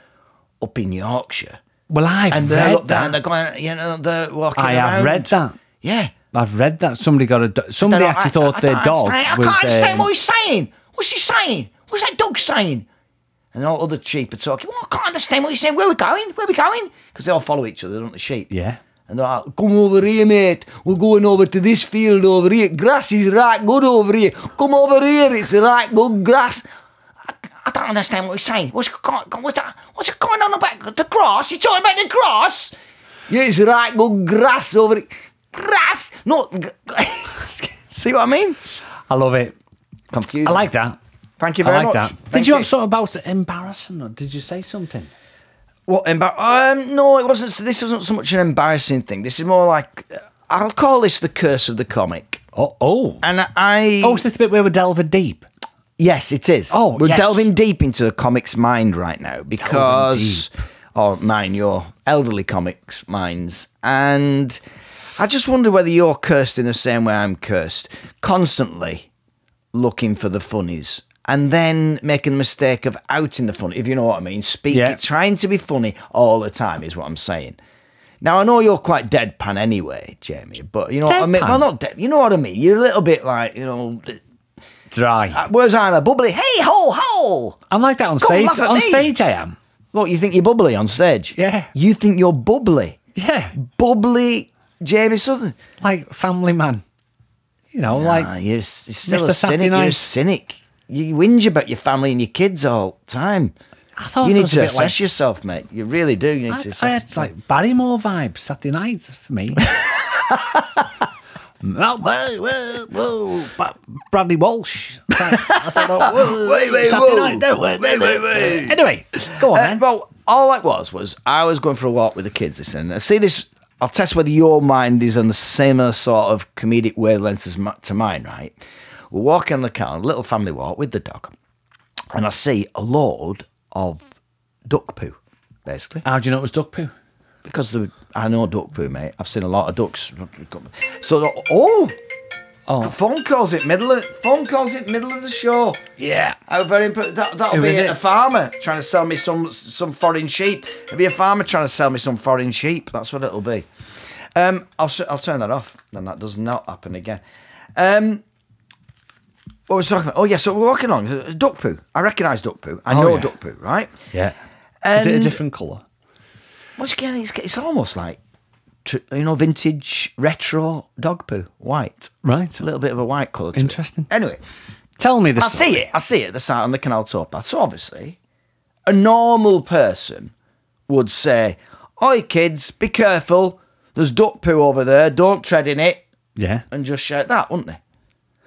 Speaker 1: up in Yorkshire,
Speaker 2: Well, I've
Speaker 1: and they're
Speaker 2: read
Speaker 1: up there
Speaker 2: that.
Speaker 1: and they're going you know they're walking.
Speaker 2: I have
Speaker 1: around.
Speaker 2: read that.
Speaker 1: Yeah,
Speaker 2: I've read that somebody got a. Do- somebody
Speaker 1: They're like,
Speaker 2: actually
Speaker 1: I- I-
Speaker 2: thought
Speaker 1: I
Speaker 2: their
Speaker 1: don't
Speaker 2: dog
Speaker 1: understand. I
Speaker 2: was.
Speaker 1: can't understand
Speaker 2: um,
Speaker 1: what he's saying. What's he saying? What's that dog saying? And all other sheep are talking, well, I can't understand what you're saying. Where are we going? Where are we going? Because they all follow each other, don't the sheep?
Speaker 2: Yeah.
Speaker 1: And they're like, come over here, mate. We're going over to this field over here. Grass is right good over here. Come over here. It's right good grass. I, I don't understand what he's saying. What's, go- what's, that, what's going on about the grass? You're talking about the grass? Yeah, it's right good grass over here. Grass? No. gr- See what I mean?
Speaker 2: I love it.
Speaker 1: Confused.
Speaker 2: I like that.
Speaker 1: Thank you very
Speaker 2: I
Speaker 1: much.
Speaker 2: like that.
Speaker 1: Thank
Speaker 2: did you, have something about embarrassing or did you say something?
Speaker 1: What embar? Um, no, it wasn't. This wasn't so much an embarrassing thing. This is more like uh, I'll call this the curse of the comic.
Speaker 2: Oh, oh.
Speaker 1: And I
Speaker 2: Oh, is this the bit where we're delving deep?
Speaker 1: yes, it is.
Speaker 2: Oh,
Speaker 1: we're
Speaker 2: yes.
Speaker 1: delving deep into the comic's mind right now because, or mine, your elderly comics minds, and I just wonder whether you're cursed in the same way I'm cursed, constantly looking for the funnies. And then making the mistake of outing the funny, if you know what I mean. Speak,
Speaker 2: Yeah.
Speaker 1: trying to be funny all the time is what I'm saying. Now I know you're quite deadpan anyway, Jamie. But you know what I mean.
Speaker 2: Deadpan?
Speaker 1: Well, not dead. You know what I mean. You're a little bit like you know.
Speaker 2: Dry.
Speaker 1: Whereas I'm a bubbly. Hey ho ho.
Speaker 2: I'm like that on
Speaker 1: Go
Speaker 2: stage.
Speaker 1: laugh at
Speaker 2: On
Speaker 1: me.
Speaker 2: stage, I am.
Speaker 1: Look, you think you're bubbly on stage?
Speaker 2: Yeah.
Speaker 1: You think you're bubbly,
Speaker 2: Yeah.
Speaker 1: bubbly, Jamie Southern.
Speaker 2: Like family man. You know,
Speaker 1: Ah,
Speaker 2: like
Speaker 1: you're, s- you're still
Speaker 2: Mr.
Speaker 1: a cynic.
Speaker 2: Saturday
Speaker 1: You're a
Speaker 2: night.
Speaker 1: cynic. You whinge about your family and your kids all the time.
Speaker 2: I thought
Speaker 1: You
Speaker 2: it
Speaker 1: need
Speaker 2: was
Speaker 1: to
Speaker 2: a bit
Speaker 1: assess
Speaker 2: like
Speaker 1: yourself, mate. You really do. You need to
Speaker 2: I,
Speaker 1: assess
Speaker 2: I had
Speaker 1: yourself.
Speaker 2: like Barrymore vibes Saturday night for me. Oh, whoa, whoa, whoa. Ba- Bradley Walsh. I thought, whoa,
Speaker 1: Wait, wait,
Speaker 2: Saturday
Speaker 1: whoa.
Speaker 2: night, no, wait,
Speaker 1: Wait, wait,
Speaker 2: wait,
Speaker 1: wait.
Speaker 2: wait. Anyway, go on,
Speaker 1: Uh,
Speaker 2: then.
Speaker 1: well, all that was was I was going for a walk with the kids. Listen, I see this. I'll test whether your mind is on the similar sort of comedic wavelengths as mi- to mine. Right, we're walking on the car, a little family walk with the dog, and I see a load of duck poo, basically
Speaker 2: How do you know it was duck poo?
Speaker 1: because the, I know duck poo, mate. I've seen a lot of ducks. So the- oh,
Speaker 2: Oh.
Speaker 1: phone calls it middle of phone calls it middle of the show.
Speaker 2: Yeah.
Speaker 1: How very imp- that, that'll
Speaker 2: Who
Speaker 1: be
Speaker 2: is it?
Speaker 1: a farmer trying to sell me some some foreign sheep. It'll be a farmer trying to sell me some foreign sheep. That's what it'll be. Um, I'll s- I'll turn that off. Then that does not happen again. Um, what was I talking about? Oh yeah, so we're walking along. There's Duck poo. I recognise duck poo. I
Speaker 2: Oh,
Speaker 1: know
Speaker 2: yeah.
Speaker 1: duck poo, right?
Speaker 2: Yeah.
Speaker 1: And
Speaker 2: Is it a different colour?
Speaker 1: once again, it's, it's almost like tr- you know vintage retro dog poo, white,
Speaker 2: Right.
Speaker 1: a little bit of a white colour. to it.
Speaker 2: Interesting.
Speaker 1: Anyway,
Speaker 2: Tell me
Speaker 1: I
Speaker 2: this.
Speaker 1: see it. I see it. The side on the canal towpath. So obviously, a normal person would say, "Oi, kids, be careful. There's duck poo over there. Don't tread in it."
Speaker 2: Yeah.
Speaker 1: And just shout that, wouldn't they?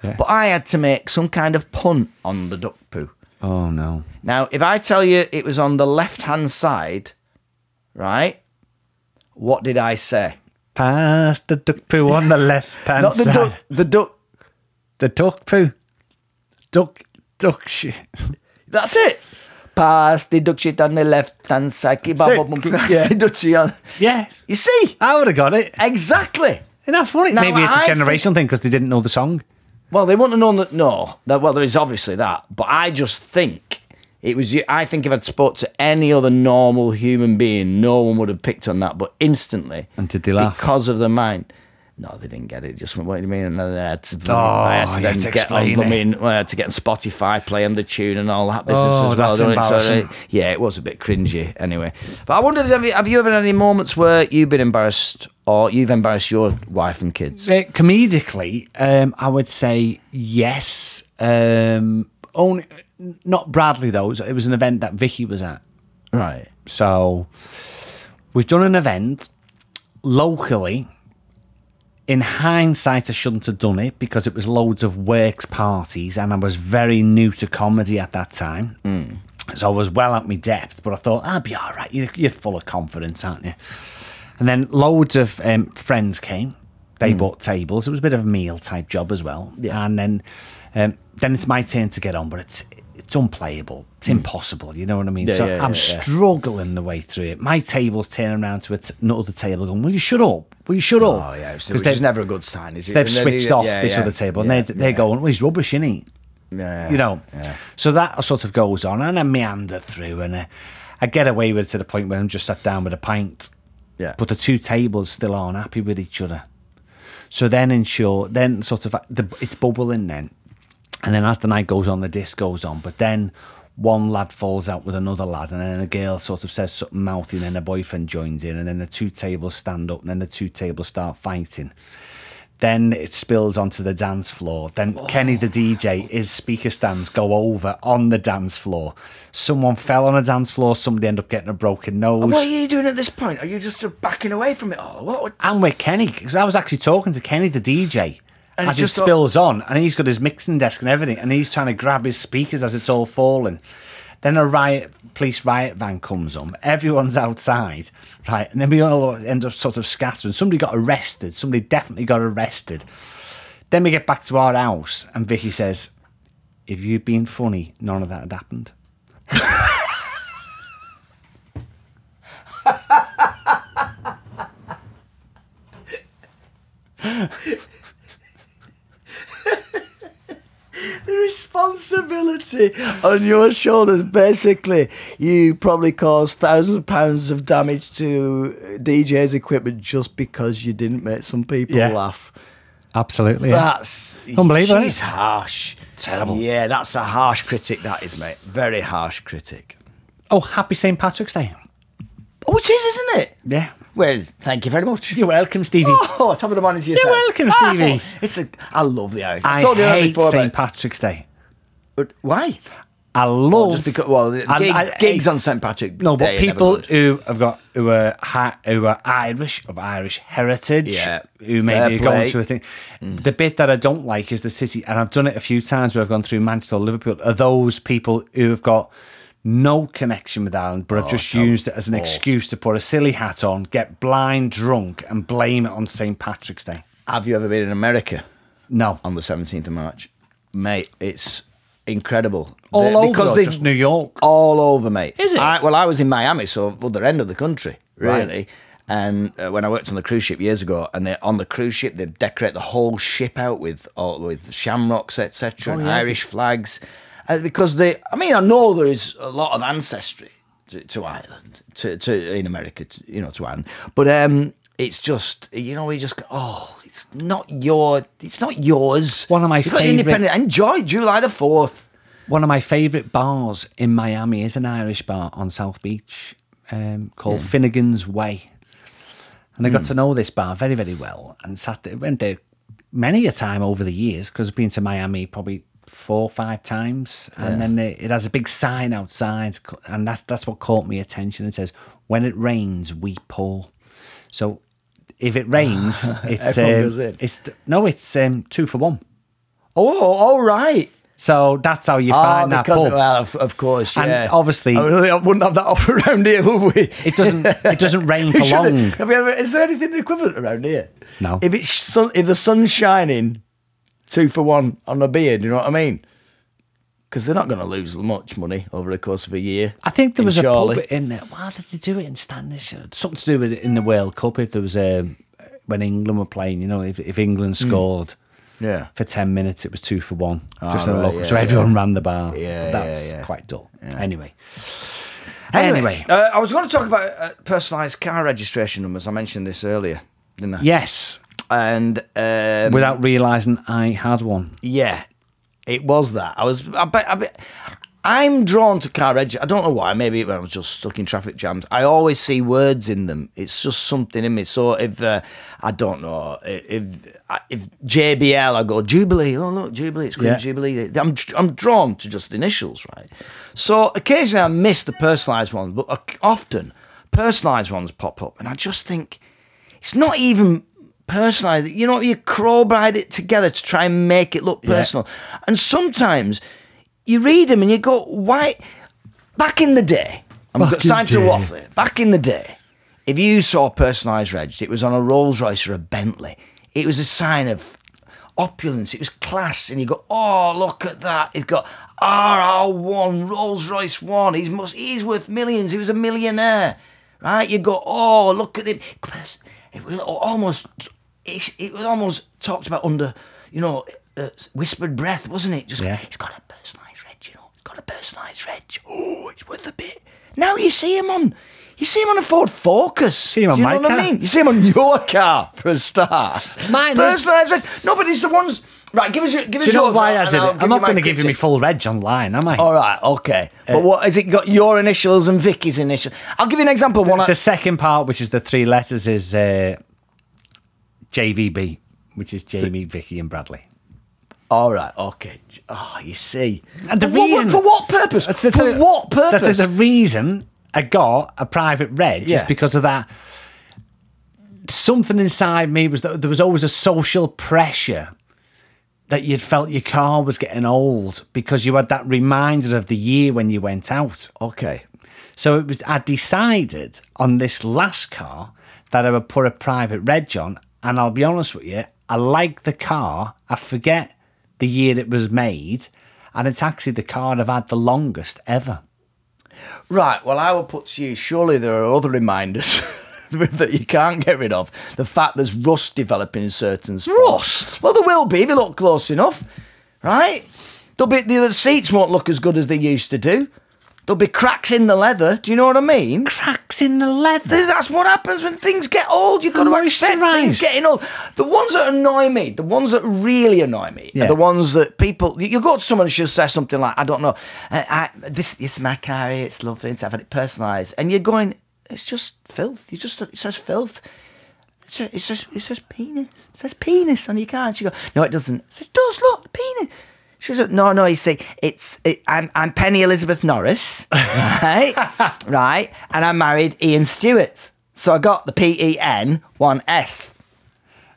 Speaker 2: Yeah.
Speaker 1: But I had to make some kind of punt on the duck poo.
Speaker 2: Oh, no.
Speaker 1: Now, if I tell you it was on the left-hand side, right? What did I say?
Speaker 2: Past the duck poo on the left hand
Speaker 1: Not the
Speaker 2: side.
Speaker 1: duck. The duck.
Speaker 2: The duck poo. Duck, duck shit.
Speaker 1: That's it. Pass the duck shit on the left hand side. Keep up,
Speaker 2: That's
Speaker 1: up,
Speaker 2: it.
Speaker 1: up, pass
Speaker 2: Yeah.
Speaker 1: the duck shit on.
Speaker 2: Yeah.
Speaker 1: You see?
Speaker 2: I would have got it.
Speaker 1: Exactly.
Speaker 2: Isn't that funny?
Speaker 1: Now,
Speaker 2: Maybe it's a
Speaker 1: I
Speaker 2: generational thing because they didn't know the song.
Speaker 1: Well, they wouldn't have known that. No. That, well, there is obviously that. But I just think it was. you- I think if I'd spoke to any other normal human being, no one would have picked on that. But instantly.
Speaker 2: And did they laugh?
Speaker 1: Because of the mind. No, they didn't get it. Just went, what do you mean? And then I had to, oh,
Speaker 2: you had to
Speaker 1: get on,
Speaker 2: explain
Speaker 1: I
Speaker 2: it.
Speaker 1: mean, I had to get on Spotify, play on the tune, and all that business
Speaker 2: Oh,
Speaker 1: as well.
Speaker 2: that's
Speaker 1: don't it? So, uh,
Speaker 2: embarrassing.
Speaker 1: yeah, it was a bit cringy anyway. But I wonder, if, have, you, have you ever had any moments where you've been embarrassed or you've embarrassed your wife and kids?
Speaker 2: Uh, comedically, um, I would say yes. Um, only not Bradley though. It was an event that Vicky was at.
Speaker 1: Right.
Speaker 2: So we've done an event locally. In hindsight, I shouldn't have done it because it was loads of works parties, and I was very new to comedy at that time.
Speaker 1: Hmm.
Speaker 2: So I was well at my depth, but I thought I'll be all right. You're, you're full of confidence, aren't you? And then loads of um, friends came. They bought tables. It was a bit of a meal type job as well.
Speaker 1: Hmm. Yeah.
Speaker 2: And then, um, then it's my turn to get on, but it's it's unplayable. It's impossible. You know what I mean?
Speaker 1: Hmm. Yeah,
Speaker 2: so
Speaker 1: yeah,
Speaker 2: I'm
Speaker 1: yeah, yeah.
Speaker 2: struggling the way through it. My table's turning around to a t- another table, going, "Will you shut up? Will you shut up?"
Speaker 1: Oh, yeah.
Speaker 2: because
Speaker 1: Because
Speaker 2: they've,
Speaker 1: there's never a good sign, is it?
Speaker 2: they've
Speaker 1: And then
Speaker 2: switched
Speaker 1: you-
Speaker 2: off
Speaker 1: yeah,
Speaker 2: this
Speaker 1: yeah,
Speaker 2: other table,
Speaker 1: yeah,
Speaker 2: and they're, they're
Speaker 1: yeah,
Speaker 2: going, "Well, he's rubbish, isn't he?"
Speaker 1: yeah.
Speaker 2: you know. So that sort of goes on, and I meander through, and I, I get away with it to the point where I'm just sat down with a pint,
Speaker 1: Yeah.
Speaker 2: but the two tables still aren't happy with each other. So then, in short, then sort of the, it's bubbling then, and then as the night goes on, the disc goes on, but then one lad falls out with another lad, and then a girl sort of says something mouthy, and then her boyfriend joins in, and then the two tables stand up, and then the two tables start fighting. Then it spills onto the dance floor. Then Kenny, the DJ, his speaker stands go over on the dance floor. Someone fell on a dance floor. Somebody end up getting a broken nose.
Speaker 1: What are you doing at this point? Are you just sort of backing away from it all? What? would-
Speaker 2: and with Kenny because I was actually talking to Kenny the DJ
Speaker 1: And
Speaker 2: as
Speaker 1: it's
Speaker 2: it
Speaker 1: just got-
Speaker 2: spills on, and he's got his mixing desk and everything, and he's trying to grab his speakers as it's all falling. Then a riot police riot van comes on. Everyone's outside, right? And then we all end up sort of scattering. Somebody got arrested. Somebody definitely got arrested. Then we get back to our house, and Vicky says, "If you'd been funny, none of that had happened."
Speaker 1: The responsibility on your shoulders. Basically, you probably caused thousands of pounds of damage to DJ's equipment just because you didn't make some people
Speaker 2: Yeah.
Speaker 1: laugh.
Speaker 2: Absolutely.
Speaker 1: That's
Speaker 2: Unbelievable,
Speaker 1: She's harsh.
Speaker 2: Terrible.
Speaker 1: Yeah, that's a harsh critic. That is, mate. Very harsh critic.
Speaker 2: Oh, happy St. Patrick's Day.
Speaker 1: Oh, it is, isn't it?
Speaker 2: Yeah.
Speaker 1: Well, thank you very much.
Speaker 2: You're welcome, Stevie.
Speaker 1: Oh, top of the morning to yourself.
Speaker 2: welcome,
Speaker 1: Oh,
Speaker 2: Stevie.
Speaker 1: it's a. I love the Irish.
Speaker 2: I
Speaker 1: told you that
Speaker 2: hate
Speaker 1: before,
Speaker 2: St.
Speaker 1: mate.
Speaker 2: Patrick's Day.
Speaker 1: But why?
Speaker 2: I love
Speaker 1: Just because. Well, the
Speaker 2: I-
Speaker 1: gig,
Speaker 2: I-
Speaker 1: gigs on St Patrick.
Speaker 2: No,
Speaker 1: Day
Speaker 2: but
Speaker 1: are never
Speaker 2: people
Speaker 1: good.
Speaker 2: who have got who are hi- who are Irish of Irish heritage,
Speaker 1: Yeah,
Speaker 2: who
Speaker 1: fair
Speaker 2: maybe
Speaker 1: play.
Speaker 2: are
Speaker 1: Mm.
Speaker 2: going to a thing. The bit that I don't like is the city, and I've done it a few times where I've gone through Manchester, or Liverpool. Are those people who have got no connection with Ireland,
Speaker 1: Oh,
Speaker 2: but have just used it as an excuse to put a silly hat on, get blind drunk, and blame it on St Patrick's Day?
Speaker 1: Have you ever been in America
Speaker 2: No,
Speaker 1: on the seventeenth of March, mate? It's incredible.
Speaker 2: all
Speaker 1: They-
Speaker 2: over
Speaker 1: because
Speaker 2: or
Speaker 1: they-
Speaker 2: just New York.
Speaker 1: all over, mate.
Speaker 2: Is it?
Speaker 1: I, well, I was in Miami, so other end of the country,
Speaker 2: Right.
Speaker 1: really. And uh, when I worked on the cruise ship years ago, and they, on the cruise ship they decorate the whole ship out with all, with shamrocks, etc., and
Speaker 2: Oh, yeah.
Speaker 1: Irish flags, uh, because they. I mean, I know there is a lot of ancestry to, to Ireland, to, to in America, to, you know, to Ireland, but um, it's just you know, we just go, oh, it's not your, it's not yours.
Speaker 2: One of my
Speaker 1: You've got
Speaker 2: favourite-
Speaker 1: independent. Enjoy July the Fourth.
Speaker 2: One of my favourite bars in Miami is an Irish bar on South Beach um, called Finnegan's Way. And I
Speaker 1: Hmm.
Speaker 2: got to know this bar very, very well and sat there, went there many a time over the years because I've been to Miami probably four or five times. And then it, it has a big sign outside. co- And that's, that's what caught my attention. It says, When it rains, we pour. So if it rains, it's,
Speaker 1: Everyone
Speaker 2: um,
Speaker 1: goes in.
Speaker 2: it's no, it's um, two for one.
Speaker 1: Oh, all right.
Speaker 2: So that's how you
Speaker 1: Ah,
Speaker 2: find that
Speaker 1: because
Speaker 2: pub.
Speaker 1: well, of, of course,
Speaker 2: And
Speaker 1: yeah.
Speaker 2: obviously-
Speaker 1: I mean, we wouldn't have that offer around here, would we?
Speaker 2: It doesn't. It doesn't rain
Speaker 1: We
Speaker 2: for
Speaker 1: shouldn't.
Speaker 2: long.
Speaker 1: Have we ever, is there anything equivalent around here?
Speaker 2: No.
Speaker 1: If it's sun, if the sun's shining, two for one on a beer. Do you know what I mean? Because they're not going to lose much money over the course of a year.
Speaker 2: I think there
Speaker 1: in
Speaker 2: was
Speaker 1: Charlie.
Speaker 2: a pub in there. Why did they do it in Standish? Something to do with it in the World Cup. If there was a when England were playing, you know, if, if England
Speaker 1: Hmm.
Speaker 2: scored
Speaker 1: Yeah.
Speaker 2: for ten minutes, it was two for one. just
Speaker 1: Ah, right,
Speaker 2: a local,
Speaker 1: yeah,
Speaker 2: so everyone ran the bar.
Speaker 1: Yeah,
Speaker 2: But that's
Speaker 1: yeah, yeah.
Speaker 2: quite dull. Anyway,
Speaker 1: Anyway,
Speaker 2: Anyway.
Speaker 1: uh, I was going to talk about uh, personalised car registration numbers. I mentioned this earlier, didn't I?
Speaker 2: yes,
Speaker 1: And um,
Speaker 2: without realizing I had one.
Speaker 1: Yeah, it was that. I was. I bet. I bet I'm drawn to car reg. I don't know why. Maybe when I was just stuck in traffic jams, I always see words in them. It's just something in me. So if uh, I don't know if if JBL, I go Jubilee. Oh look, Jubilee. It's Queen
Speaker 2: Yeah.
Speaker 1: Jubilee. I'm I'm drawn to just the initials, right? So occasionally I miss the personalised ones, but oc- often personalised ones pop up, and I just think it's not even personalized. You know, you crowbarred it together to try and make it look personal. And sometimes you read them and you go, why? Back in the day, I'm
Speaker 2: Back in
Speaker 1: starting to
Speaker 2: day.
Speaker 1: waffle it. Back in the day, if you saw personalized reg, it was on a Rolls Royce or a Bentley. It was a sign of opulence. It was class. And you go, oh, look at that. He's got RR1, Rolls Royce 1. He's, must, he's worth millions. He was a millionaire. Right? You go, oh, look at him. It was almost, it, it was almost talked about under, you know, uh, whispered breath, wasn't it? Just,
Speaker 2: Yeah.
Speaker 1: it's got a personalised reg, you know. It's got a personalised reg. Oh, it's worth a bit. Now you see him on, you see him on a Ford Focus.
Speaker 2: him on
Speaker 1: Do you
Speaker 2: my
Speaker 1: know what I
Speaker 2: car.
Speaker 1: mean? You see him on your car for a start.
Speaker 2: Mine is-
Speaker 1: Personalised reg. No, but it's the ones Right, give us your. Give
Speaker 2: Do you
Speaker 1: us
Speaker 2: know
Speaker 1: yours,
Speaker 2: why I
Speaker 1: and
Speaker 2: did
Speaker 1: I'll
Speaker 2: it?
Speaker 1: give
Speaker 2: I'm
Speaker 1: you
Speaker 2: not
Speaker 1: my
Speaker 2: going to give you my
Speaker 1: critique.
Speaker 2: full reg online, am I?
Speaker 1: All right, okay. but what has it got? Your initials and Vicky's initials. I'll give you an example. One. I-
Speaker 2: the second part, which is the three letters, is uh, JVB, which is Jamie, Vicky, and Bradley.
Speaker 1: All right, okay. Oh, you see.
Speaker 2: And the
Speaker 1: For what-
Speaker 2: reason-
Speaker 1: for what purpose?
Speaker 2: That's-
Speaker 1: for
Speaker 2: that's a-
Speaker 1: what purpose?
Speaker 2: That's the reason I got a private reg
Speaker 1: Yeah.
Speaker 2: is because of that. Something inside me was that there was always a social pressure that you'd felt your car was getting old because you had that reminder of the year when you went out.
Speaker 1: okay.
Speaker 2: So it was. I decided on this last car that I would put a private reg on, and I'll be honest with you, I like the car. I forget the year it was made, and it's actually the car I've had the longest ever.
Speaker 1: Right. Well, I will put to you. Surely there are other reminders that you can't get rid of. The fact there's rust developing in certain spots.
Speaker 2: Rust?
Speaker 1: Well, there will be if you look close enough, right? There'll be the other seats won't look as good as they used to do. There'll be cracks in the leather. Do you know what I mean?
Speaker 2: Cracks in the leather.
Speaker 1: That's what happens when things get old. You've got to accept
Speaker 2: Moisturise.
Speaker 1: things getting old. The ones that annoy me, the ones that really annoy me,
Speaker 2: Yeah.
Speaker 1: are the ones that people. You you go to someone and she'll say something like, "I don't know, uh, I, I, this is my car. It's lovely. It's, I've had it personalised," and you're going, "It's just filth. You just it says filth." It's a, it says it says penis. It says penis on your car. And she goes, no, it doesn't. I said, it does look penis. She goes, no, no. You see, it's it, I'm I'm Penny Elizabeth Norris, right, right, and I married Ian Stewart. So I got the P E N one S,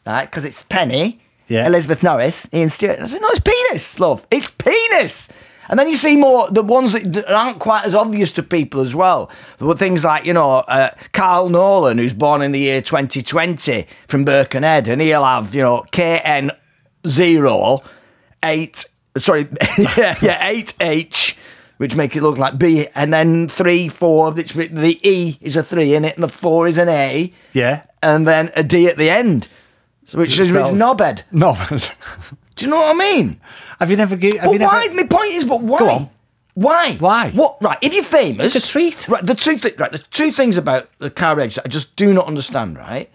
Speaker 1: right, because it's Penny,
Speaker 2: Yeah.
Speaker 1: Elizabeth Norris, Ian Stewart. And I said, no, it's penis, love. It's penis. And then you see more the ones that that aren't quite as obvious to people as well. There were things like you know uh, Carl Nolan, who's born in the year 2020 from Birkenhead, and he'll have you know KN zero eight sorry yeah yeah eight H. Which make it look like B, and then three, four. Which the E is a three in it, and the four is an A
Speaker 2: Yeah.
Speaker 1: and then a D at the end, so which is
Speaker 2: Spells.
Speaker 1: knobhead.
Speaker 2: No.
Speaker 1: Do you know what I mean?
Speaker 2: have you never? gi- Have
Speaker 1: But
Speaker 2: you never-
Speaker 1: why? My point is, but why?
Speaker 2: on.
Speaker 1: Why?
Speaker 2: Why?
Speaker 1: What? Right. If you're famous,
Speaker 2: It's a treat.
Speaker 1: Right. The two thi- right. The two things about the car reg that I just do not understand. Right.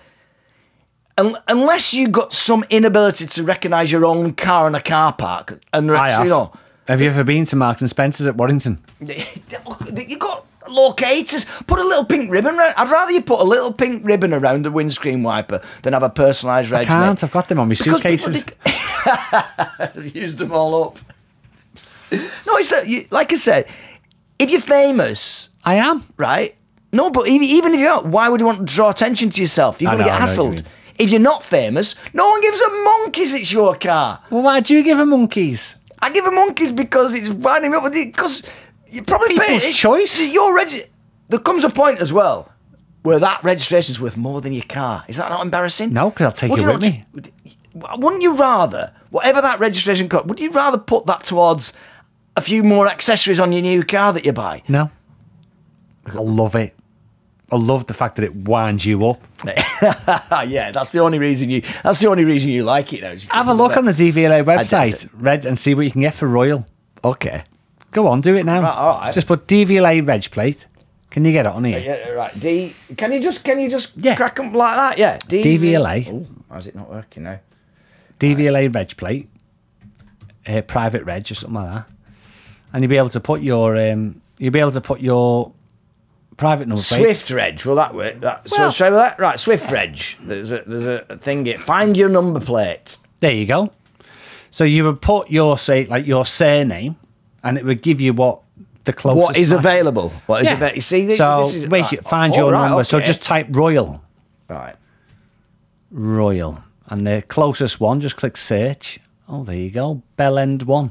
Speaker 1: Un- unless you got some inability to recognise your own car in a car park, and
Speaker 2: I have.
Speaker 1: you know,
Speaker 2: Have you ever been to Marks and Spencers at Warrington?
Speaker 1: you got locators. Put a little pink ribbon around. I'd rather you put a little pink ribbon around the windscreen wiper than have a personalised reg. mate.
Speaker 2: Can't. I've got them on my
Speaker 1: Because people
Speaker 2: suitcases.
Speaker 1: think- used them all up. No, it's that. You, like I said, if you're famous,
Speaker 2: I am.
Speaker 1: right? No, but even, even if you're not, why would you want to draw attention to yourself? You're
Speaker 2: I
Speaker 1: going to
Speaker 2: know,
Speaker 1: get
Speaker 2: I know what you
Speaker 1: hassled.
Speaker 2: mean.
Speaker 1: if you're not famous, no one gives a monkeys it's your car.
Speaker 2: Well, why do you give a monkeys?
Speaker 1: I give a monkeys because it's winding up with it, because you probably pay
Speaker 2: People's choice.
Speaker 1: It's your reg- There comes a point as well where that registration's worth more than your car. Is that not embarrassing?
Speaker 2: No, 'cause I'll take
Speaker 1: Would
Speaker 2: it
Speaker 1: you not-
Speaker 2: with me.
Speaker 1: would- Wouldn't you rather, whatever that registration cost, would you rather put that towards a few more accessories on your new car that you buy?
Speaker 2: No. I love it. I love the fact that it winds you up.
Speaker 1: Ah, yeah, that's the only reason you. That's the only reason you like it now. is you
Speaker 2: Have a look on the DVLA
Speaker 1: it.
Speaker 2: website, Reg, and see what you can get for Royal.
Speaker 1: Okay.
Speaker 2: Go on, do it now.
Speaker 1: Right, all right.
Speaker 2: Just put DVLA Reg plate. Can you get it on here?
Speaker 1: Yeah, right. D. Can you just can you just
Speaker 2: Yeah.
Speaker 1: crack 'em like that? Yeah. D-
Speaker 2: DVLA.
Speaker 1: Oh, how's it not working now?
Speaker 2: DVLA Reg plate, uh, private Reg or something like that, and you'll be able to put your um, you'll be able to put your private number plate.
Speaker 1: Swift Reg. Will that work? That, so
Speaker 2: Well-
Speaker 1: shall we let- Right. Swift Reg. There's a there's a thing here. Find your number plate.
Speaker 2: There you go. So you would put your say like your surname, and it would give you what the closest
Speaker 1: What is
Speaker 2: match-
Speaker 1: available? What is
Speaker 2: Yeah.
Speaker 1: available? You see, this,
Speaker 2: so
Speaker 1: this is,
Speaker 2: make
Speaker 1: right.
Speaker 2: it- find
Speaker 1: All
Speaker 2: your
Speaker 1: right,
Speaker 2: number. So
Speaker 1: okay.
Speaker 2: just type Royal,
Speaker 1: right.
Speaker 2: Royal, and the closest one. Just click search. Oh, there you go, Bell End One.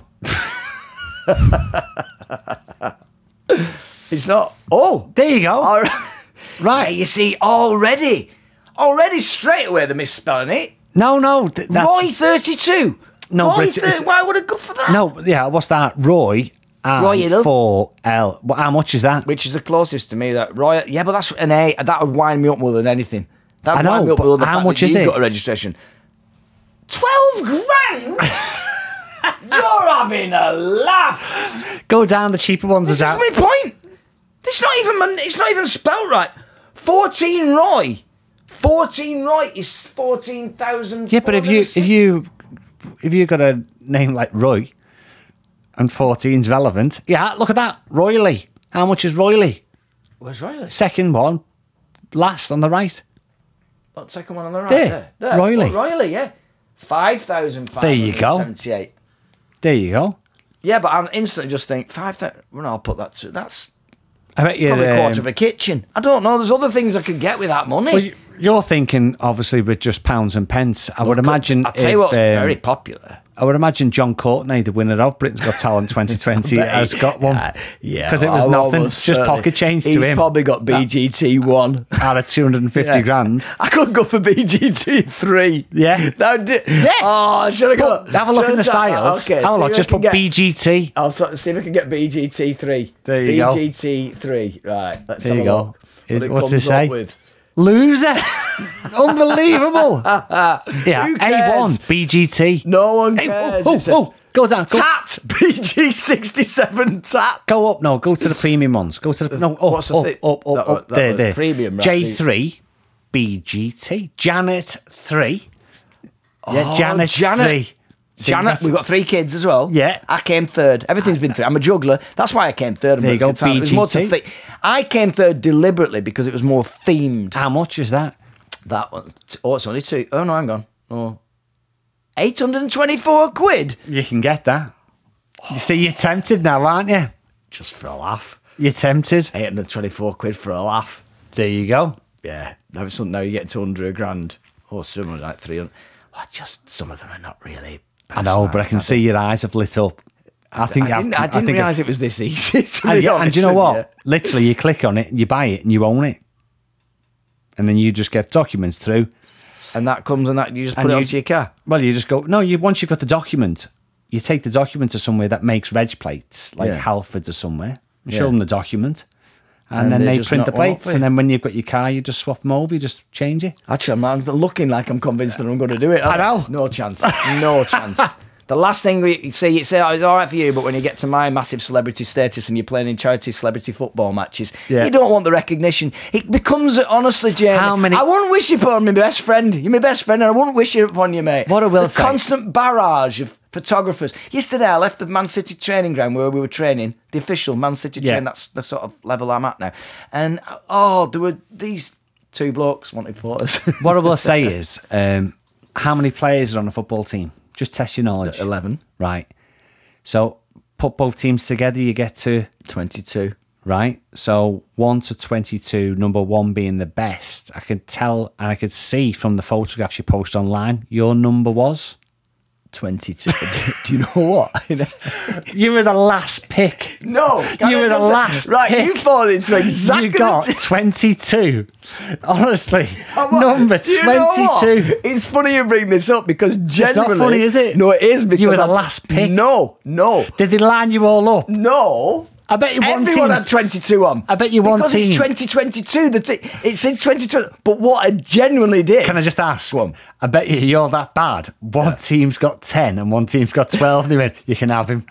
Speaker 1: It's not. Oh,
Speaker 2: There you go.
Speaker 1: all right.
Speaker 2: right.
Speaker 1: You see, already, already straight away they're misspelling it.
Speaker 2: No, no. th- that's,
Speaker 1: Roy thirty two.
Speaker 2: No,
Speaker 1: Roy
Speaker 2: but it's-
Speaker 1: thir- why would I go for that?
Speaker 2: No, yeah, what's that? Roy. R
Speaker 1: Royal.
Speaker 2: Four L. Well, how much is that?
Speaker 1: which is the closest to me. That Royal, yeah, but that's an A. That would wind me up more than anything. That would
Speaker 2: I know,
Speaker 1: wind me up
Speaker 2: but
Speaker 1: more than
Speaker 2: how
Speaker 1: fact
Speaker 2: much
Speaker 1: that
Speaker 2: is
Speaker 1: you've
Speaker 2: it?
Speaker 1: Got a registration. Twelve grand. You're having a laugh.
Speaker 2: Go down the cheaper ones.
Speaker 1: This
Speaker 2: Is
Speaker 1: is
Speaker 2: that?
Speaker 1: my point. It's not even. mon- It's not even spelt right. Fourteen Roy. Fourteen Roy is fourteen thousand.
Speaker 2: Yeah, but if you if you if you got a name like Roy and 14's relevant, yeah, look at that. Royley. How much is Royley?
Speaker 1: Where's Riley?
Speaker 2: Second one, last on the right.
Speaker 1: What, second one on the right?
Speaker 2: There.
Speaker 1: There.
Speaker 2: Riley.
Speaker 1: Oh, Riley, yeah. 5,578.
Speaker 2: There you go. There you go.
Speaker 1: Yeah, but I instantly just think, 5,000. Well, no, I'll put that to. That's
Speaker 2: I bet you're,
Speaker 1: probably a quarter
Speaker 2: um,
Speaker 1: of a kitchen. I don't know. There's other things I could get with that money.
Speaker 2: Well, you- you're thinking obviously with just pounds and pence. I would imagine.
Speaker 1: I'll tell
Speaker 2: if,
Speaker 1: you what's
Speaker 2: um,
Speaker 1: very popular.
Speaker 2: I would imagine John Courtney, the winner of Britain's Got Talent 2020,
Speaker 1: Bet he-
Speaker 2: has got one.
Speaker 1: Yeah.
Speaker 2: because it was
Speaker 1: I'm
Speaker 2: nothing,
Speaker 1: almost
Speaker 2: just
Speaker 1: certain.
Speaker 2: pocket change
Speaker 1: He's
Speaker 2: to him.
Speaker 1: probably got BGT1.
Speaker 2: out of 250
Speaker 1: Yeah.
Speaker 2: grand.
Speaker 1: I could go for BGT three.
Speaker 2: Yeah.
Speaker 1: that would do. Oh, should I go?
Speaker 2: Have a look
Speaker 1: should
Speaker 2: in
Speaker 1: I start that?
Speaker 2: the styles.
Speaker 1: Okay,
Speaker 2: Have a
Speaker 1: see
Speaker 2: look.
Speaker 1: if I
Speaker 2: Just
Speaker 1: can
Speaker 2: put
Speaker 1: get-
Speaker 2: BGT.
Speaker 1: I'll sort of see if I can get BGT three.
Speaker 2: There you go.
Speaker 1: BGT three. Right. Let's
Speaker 2: There
Speaker 1: have
Speaker 2: you
Speaker 1: a
Speaker 2: go.
Speaker 1: look. What
Speaker 2: It-
Speaker 1: it
Speaker 2: what's
Speaker 1: comes
Speaker 2: it say?
Speaker 1: up with.
Speaker 2: Loser. Unbelievable. yeah.
Speaker 1: Who
Speaker 2: A1,
Speaker 1: cares?
Speaker 2: BGT.
Speaker 1: No one
Speaker 2: Hey, oh,
Speaker 1: cares.
Speaker 2: oh,
Speaker 1: It says,
Speaker 2: oh, go down. Go,
Speaker 1: Tat BG sixty seven tat.
Speaker 2: go up. No, go to the premium ones. Go to the. No, up,
Speaker 1: What's the
Speaker 2: up,
Speaker 1: thi-
Speaker 2: up, up,
Speaker 1: That
Speaker 2: up.
Speaker 1: one- that
Speaker 2: there,
Speaker 1: one,
Speaker 2: there.
Speaker 1: premium, right,
Speaker 2: J3, BGT. Janet 3. Yeah,
Speaker 1: Oh,
Speaker 2: Janet,
Speaker 1: Janet.
Speaker 2: 3.
Speaker 1: Janet,
Speaker 2: that's-
Speaker 1: we've got three kids as well.
Speaker 2: Yeah.
Speaker 1: I came third. Everything's been three. I'm a juggler. That's why I came third. in
Speaker 2: There you
Speaker 1: Britain's
Speaker 2: go,
Speaker 1: Got Talent. It was more to
Speaker 2: BGT.
Speaker 1: thi- I came third deliberately because it was more themed.
Speaker 2: How much is that?
Speaker 1: That one. t- Oh, it's only two. Oh no, hang on. Oh. 824 quid
Speaker 2: You can get that.
Speaker 1: Oh.
Speaker 2: You see, you're tempted now, aren't you?
Speaker 1: just for a laugh.
Speaker 2: You're tempted.
Speaker 1: 824 quid for a laugh.
Speaker 2: There you go.
Speaker 1: Yeah, now it's something now you get to under a grand or something like 300. Well, just some of them are not really.
Speaker 2: I know, but I can see your eyes have lit up. I think
Speaker 1: I
Speaker 2: I've-
Speaker 1: didn't, I didn't
Speaker 2: think I've-
Speaker 1: realise it was this easy. To
Speaker 2: and,
Speaker 1: be
Speaker 2: yeah, and
Speaker 1: honest
Speaker 2: do you know
Speaker 1: with
Speaker 2: what? Literally, you click on it, you buy it, and you own it, and then you just get documents through.
Speaker 1: And that comes and that you just put
Speaker 2: And
Speaker 1: it
Speaker 2: you-
Speaker 1: onto your car.
Speaker 2: Well, you just go no. You once you've got the document, you take the document to somewhere that makes reg plates, like
Speaker 1: Yeah.
Speaker 2: Halfords or somewhere. and
Speaker 1: Yeah.
Speaker 2: Show them the document, and,
Speaker 1: And
Speaker 2: then
Speaker 1: they
Speaker 2: they
Speaker 1: just
Speaker 2: print the
Speaker 1: knock one off
Speaker 2: plates.
Speaker 1: for you.
Speaker 2: And then when you've got your car, you just swap them over. You just change it.
Speaker 1: Actually, I'm, I'm looking like I'm convinced that I'm going to do it. I
Speaker 2: know.
Speaker 1: No chance. No chance. The last thing we you see, you say, oh, it's all right for you, but when you get to my massive celebrity status and you're playing in charity celebrity football matches,
Speaker 2: Yeah.
Speaker 1: you don't want the recognition. It becomes, honestly, Jamie,
Speaker 2: How many-
Speaker 1: I wouldn't wish it upon my best friend. You're my best friend, and I wouldn't wish it upon you, mate.
Speaker 2: What I will
Speaker 1: The
Speaker 2: say-
Speaker 1: constant barrage of photographers. Yesterday, I left the Man City training ground where we were training, the official Man City
Speaker 2: Yeah.
Speaker 1: train. That's the sort of level I'm at now. And, oh, there were these two blokes wanting photos.
Speaker 2: What I will say is, um, how many players are on a football team? Just test your knowledge.
Speaker 1: 11.
Speaker 2: Right. So put both teams together, you get to
Speaker 1: 22.
Speaker 2: right. So one to twenty-two, number one being the best. I could tell and I could see from the photographs you post online, your number was.
Speaker 1: 22. Do you know what?
Speaker 2: You were the last pick.
Speaker 1: no. can
Speaker 2: You
Speaker 1: I
Speaker 2: were the
Speaker 1: just-
Speaker 2: last
Speaker 1: Right, you
Speaker 2: pick.
Speaker 1: fall into exactly.
Speaker 2: You got
Speaker 1: the-
Speaker 2: twenty-two. Honestly,
Speaker 1: Oh, What?
Speaker 2: number
Speaker 1: Do you know what?
Speaker 2: twenty-two.
Speaker 1: It's funny you bring this up because
Speaker 2: not
Speaker 1: generally.
Speaker 2: funny, is it?
Speaker 1: No, it is because.
Speaker 2: the
Speaker 1: I-
Speaker 2: last pick.
Speaker 1: No, no,
Speaker 2: Did they line you all up?
Speaker 1: no.
Speaker 2: I bet you one
Speaker 1: Everyone
Speaker 2: team's-
Speaker 1: had 22 on.
Speaker 2: I bet you one
Speaker 1: because
Speaker 2: team-
Speaker 1: It's 2022. The t- it's in 2022. But what I genuinely did.
Speaker 2: Can I just ask?
Speaker 1: Go on.
Speaker 2: I bet you you're that bad. One team's got 10 and one team's got 12. they went, you can have him.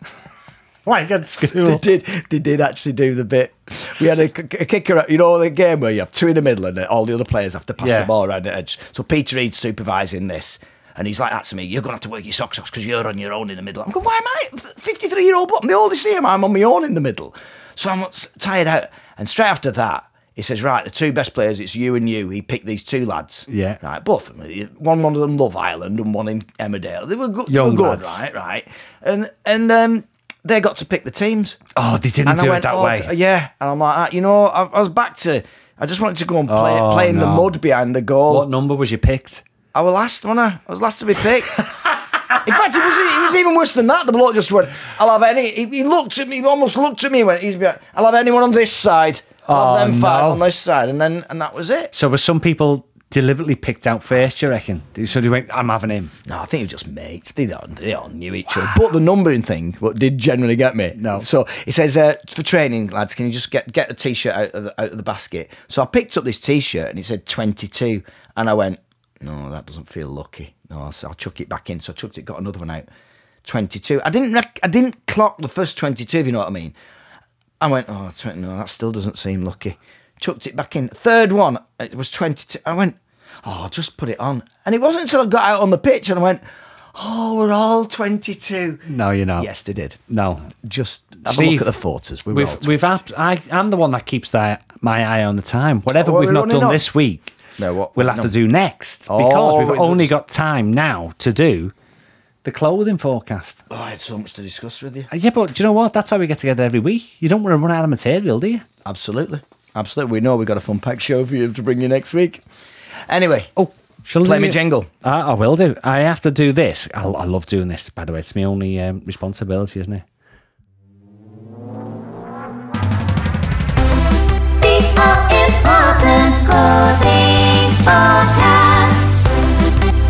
Speaker 2: like at
Speaker 1: They
Speaker 2: school.
Speaker 1: did. They did actually do the bit. We had a, k- a kicker. You know the game where you have two in the middle and all the other players have to pass
Speaker 2: Yeah.
Speaker 1: the ball around the edge. So Peter Reid's supervising this. And he's like that to me. You're gonna have to work your socks off because you're on your own in the middle. I'm going. Why am I 53 year old? But I'm the oldest here. I'm on my own in the middle. So I'm s- tired out. And straight after that, he says, "Right, the two best players. It's you and you. He picked these two lads.
Speaker 2: Yeah.
Speaker 1: right. Both of them. One, one of them Love Island, and one in Emmerdale. They were good. They were
Speaker 2: Young
Speaker 1: good,
Speaker 2: lads.
Speaker 1: right? Right. And and um, they got to pick the teams.
Speaker 2: Oh, they didn't
Speaker 1: And
Speaker 2: do
Speaker 1: I
Speaker 2: it
Speaker 1: went,
Speaker 2: that
Speaker 1: oh,
Speaker 2: way.
Speaker 1: d- yeah. And I'm like, ah, you know, I, I was back to, I just wanted to go and play,
Speaker 2: Oh,
Speaker 1: play in the
Speaker 2: no.
Speaker 1: mud behind the goal.
Speaker 2: What number was you picked?
Speaker 1: I was last, wasn't I? I was last to be picked. in fact, it was, it was even worse than that. The bloke just went, I'll have any, he, he looked at me, he almost looked at me, and went, he's like, I'll have anyone on this side. I'll have
Speaker 2: Oh,
Speaker 1: them five
Speaker 2: no.
Speaker 1: on this side. And then, and that was it.
Speaker 2: So were some people deliberately picked out first, you reckon? So they went, I'm having him.
Speaker 1: No, I think it was just mates. They don't, they all knew each other. But the numbering thing, what did generally get me? No. So it says uh, for training, lads, can you just get get a t-shirt out of, the, out of the basket? So I picked up this t-shirt and it said twenty two, and I went, no, that doesn't feel lucky. No, I'll, I'll chuck it back in. So I chucked it, got another one out, twenty two. I didn't rec- I didn't clock the first twenty two. If you know what I mean. I went, oh, 20, no, that still doesn't seem lucky. Chucked it back in. Third one, it was 22. I went, oh, I'll just put it on. And it wasn't until I got out on the pitch and I went, oh, we're all 22.
Speaker 2: No, you're not.
Speaker 1: Yes, they did.
Speaker 2: No.
Speaker 1: Just have a
Speaker 2: Steve,
Speaker 1: look at the photos. We were all
Speaker 2: We've, we've
Speaker 1: 22.
Speaker 2: had, I, I'm the one that keeps the, my eye on the time. Whatever
Speaker 1: Oh, well,
Speaker 2: we've
Speaker 1: we're
Speaker 2: not
Speaker 1: only
Speaker 2: done
Speaker 1: not-
Speaker 2: this week,
Speaker 1: No, what-
Speaker 2: we'll have to
Speaker 1: no.
Speaker 2: do next
Speaker 1: Oh,
Speaker 2: because we've
Speaker 1: it
Speaker 2: only
Speaker 1: looks-
Speaker 2: got time now to do the clothing forecast.
Speaker 1: Oh, I had so much to discuss with you.
Speaker 2: Uh, Yeah, but do you know what? That's why we get together every week. You don't want to run out of material, do you?
Speaker 1: Absolutely. Absolutely. We know we've got a fun packed show for you to bring you next week. Anyway,
Speaker 2: Oh, shall I
Speaker 1: play
Speaker 2: do
Speaker 1: me
Speaker 2: it?
Speaker 1: jingle.
Speaker 2: I, I will do. I have to do this. I, I love doing this, by the way. It's my only um, responsibility, isn't it?
Speaker 3: The All Importance Clothing Podcast.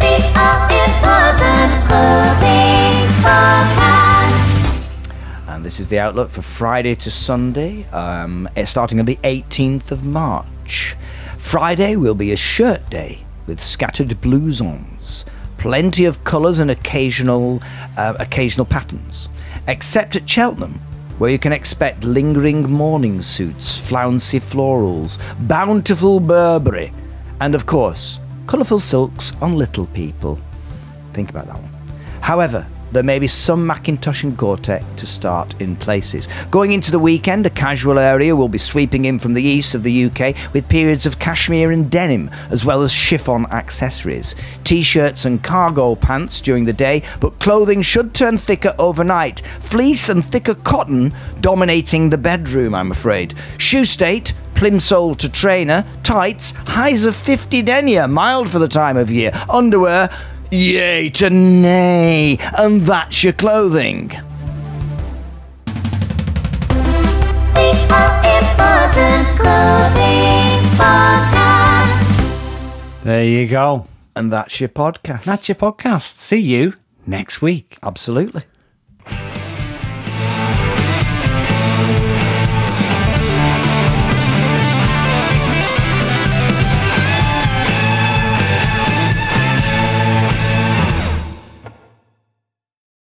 Speaker 3: The All Importance Clothing Podcast.
Speaker 1: And this is the outlook for Friday to Sunday. Um, it's starting on the 18th of March. Friday will be a shirt day with scattered blousons, plenty of colours and occasional, uh, occasional patterns. Except at Cheltenham, where you can expect lingering morning suits, flouncy florals, bountiful Burberry, and of course, colourful silks on little people. Think about that one. However, there may be some Macintosh and Gore-Tex to start in places. Going into the weekend, a casual area will be sweeping in from the east of the UK with periods of cashmere and denim, as well as chiffon accessories. T-shirts and cargo pants during the day, but clothing should turn thicker overnight. Fleece and thicker cotton dominating the bedroom, I'm afraid. Shoe state, plimsoll to trainer, tights, highs of 50 denier, mild for the time of year, underwear, yay to nay, and that's your clothing.
Speaker 3: The All Importance Clothing Podcast.
Speaker 2: There you go.
Speaker 1: And that's your podcast.
Speaker 2: That's your podcast. See you next week.
Speaker 1: Absolutely.